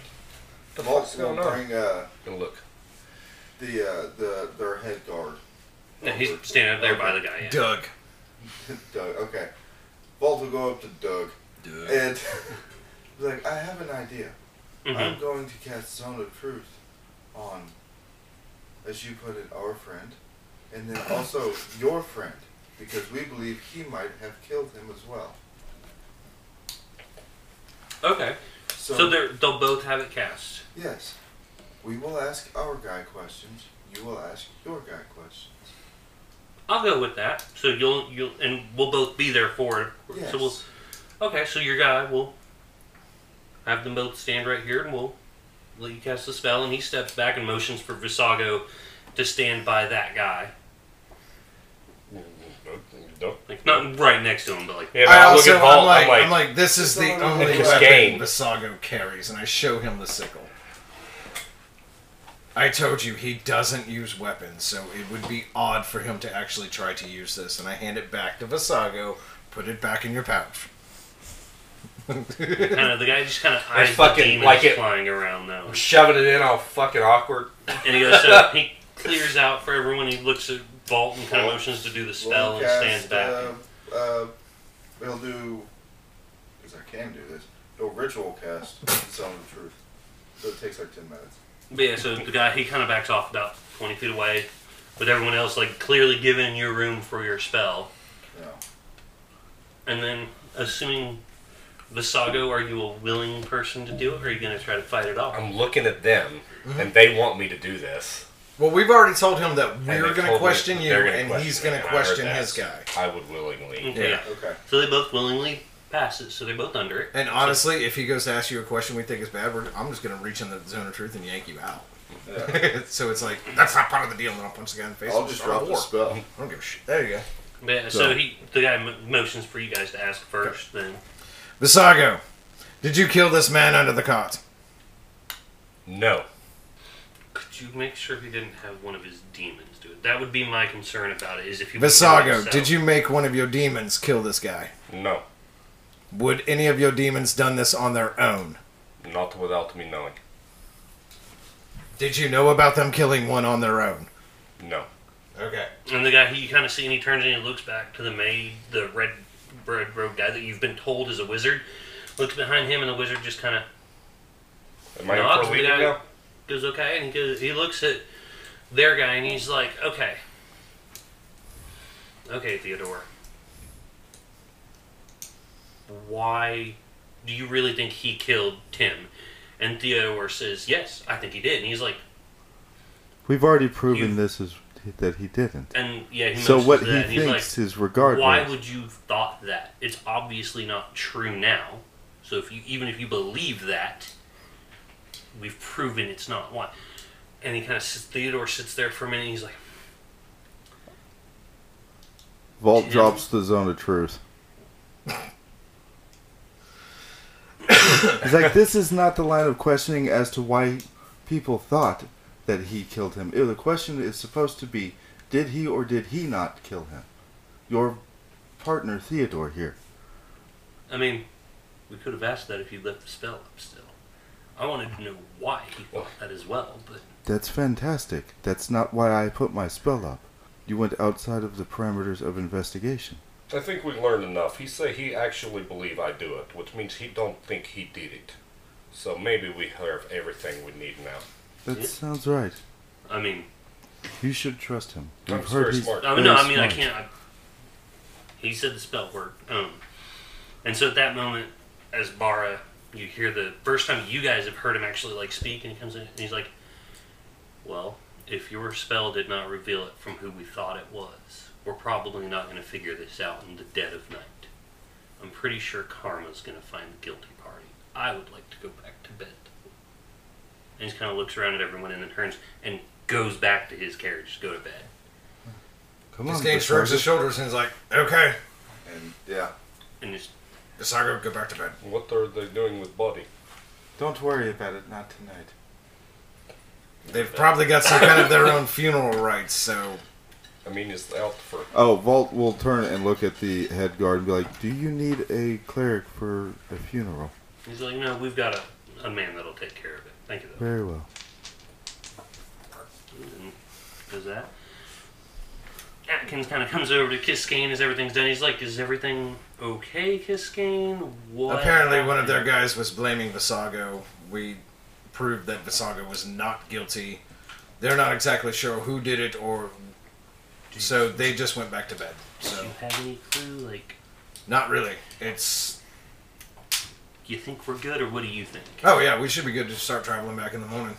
Vault will going on? bring uh, Go look. the uh, the their head guard. no, he's standing up there by the guy. Yeah. Doug, Doug. Okay. Vault will go up to Doug Doug. and be like, I have an idea. Mhm. I'm going to cast Zone of Truth on, as you put it, our friend, and then also your friend, because we believe he might have killed him as well. Okay, So, so they're they'll both have it cast. yes, we will ask our guy questions. You will ask your guy questions. I'll go with that. So you'll you'll and we'll both be there for it. Yes. So we'll Okay, so your guy will have them both stand right here, and we'll let you cast the spell. And he steps back and motions for Visago to stand by that guy, like not right next to him, but like Yeah, but I I look also, at Vault. I'm like, I'm like, I'm like, this is the only this weapon game. Visago carries, and I show him the sickle. I told you he doesn't use weapons, so it would be odd for him to actually try to use this. And I hand it back to Visago. Put it back in your pouch. kind of the guy just kind of eyes fucking the demons like it. flying around though, I'm shoving it in all fucking awkward. and he goes so he clears out for everyone. He looks at Vault and kind of motions to do the spell We'll and stands cast, back. Uh, uh, we'll do, because I can do this, We'll ritual cast Zone of Truth. So it takes like 10 minutes. But yeah, so the guy he kind of backs off about twenty feet away, with everyone else like clearly giving you room for your spell. You know. And then, assuming Visago, are you a willing person to do it, or are you going to try to fight it off? I'm looking at them, and they want me to do this. Well, we've already told him that And we're going they told to me question that you, they're gonna and he's question going me, to and I heard question that. his guy. I would willingly. Okay. Yeah. Okay. So they both willingly pass it, so they're both under it. And honestly, if he goes to ask you a question we think is bad, we're, I'm just going to reach in the zone of truth and yank you out. Yeah. so it's like that's not part of the deal. And then I'll punch the guy in the face. I'll and just start a drop the war. spell. I don't give a shit. There you go. But yeah, so, So- he, the guy mo- motions for you guys to ask first. Then Visago, did you kill this man under the cot? No. could you make sure he didn't have one of his demons do it? That would be my concern about it. Is if he was doing it Visago, himself. did you make one of your demons kill this guy? No. Would any of your demons done this on their own? Not without me knowing. Did you know about them killing one on their own? No. Okay. And the guy he kind of see, and he turns and he looks back to the maid, the red red robe guy that you've been told is a wizard. Looks behind him, and the wizard just kind of Am I No, in it's for the leaving guy- now? goes okay and he goes he looks at their guy and he's like okay okay theodore why do you really think he killed tim and theodore says yes i think he did and he's like We've already proven You- this is that he didn't. and yeah he So mentions what that, he and he's like, thinks is regardless. Why would you have thought that? It's obviously not true now. So if you even if you believe that, we've proven it's not why. And he kind of sits, Theodore sits there for a minute. And he's like, Vault Yeah. drops the zone of truth. He's like, this is not the line of questioning as to why people thought that he killed him. It- the question is supposed to be, did he or did he not kill him? Your partner Theodore here. I mean, we could have asked that if you left the spell up still. I wanted to know why he thought that as well, but That's fantastic. That's not why I put my spell up. You went outside of the parameters of investigation. I think we learned enough. He said he actually believe I do it, which means he don't think he did it. So maybe we have everything we need now. That sounds right. I mean, You should trust him. I'm We've heard very he's smart. I mean, no, very I mean, I smart. can't. I, he said the spell word. Um, and so at that moment, as Bara, you hear the first time you guys have heard him actually like speak, and he comes in and he's like, "Well, if your spell did not reveal it from who we thought it was, we're probably not going to figure this out in the dead of night. I'm pretty sure karma's going to find the guilty party. I would like to go back to bed." And he kind of looks around at everyone and then turns and goes back to his carriage to go to bed. Come on, Cascade shrugs his Basarda. shoulders and is like, okay, And yeah, And just Visago, go back to bed. What are they doing with body? Don't worry about it. Not tonight. They've probably got some kind of their own funeral rites, so I mean, it's out for Oh, Vault will turn and look at the head guard and be like, "Do you need a cleric for a funeral?" He's like, no, we've got a, a man that'll take care of it. Thank you, though. Very well. And does that. Atkins kind of comes over to Kiskane as everything's done. He's like, is everything okay, Kiskane? What? apparently one of their happened?" guys was blaming Visago. We proved that Visago was not guilty. They're not exactly sure who did it or so they just went back to bed. Do So you have any clue? Like, not really. It's you think we're good, or what do you think? oh yeah, we should be good to start traveling back in the morning.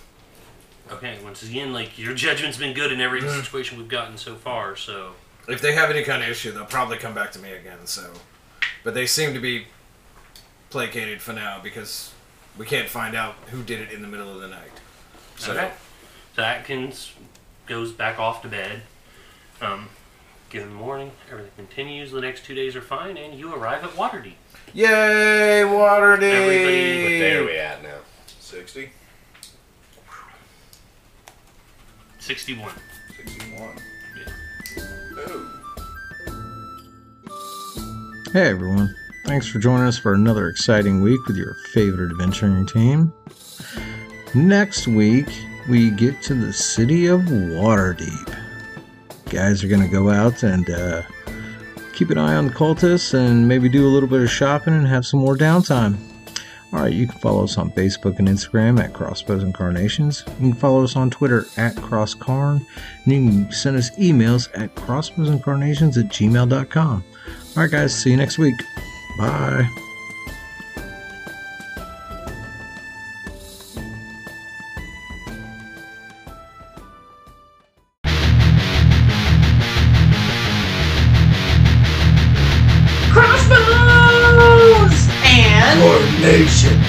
Okay, once again, like, your judgment's been good in Mm. every situation we've gotten so far, so. If they have any kind of issue, they'll probably come back to me again, so but they seem to be placated for now because we can't find out who did it in the middle of the night. So Okay. So Atkins goes back off to bed. Um, given morning, everything continues. The next two days are fine, and you arrive at Waterdeep. Yay, Waterdeep! Everybody- But there we at now. sixty. 61. 61. Yeah. Oh. Hey everyone, thanks for joining us for another exciting week with your favorite adventuring team. Next week, we get to the city of Waterdeep. Guys are going to go out and uh, keep an eye on the cultists and maybe do a little bit of shopping and have some more downtime. All right, you can follow us on Facebook and Instagram at Crossbows and Carnations. You can follow us on Twitter at CrossCarn. And you can send us emails at crossbowsandcarnations at gmail.com. All right, guys. See you next week. Bye. Crossbones! And. Coronation.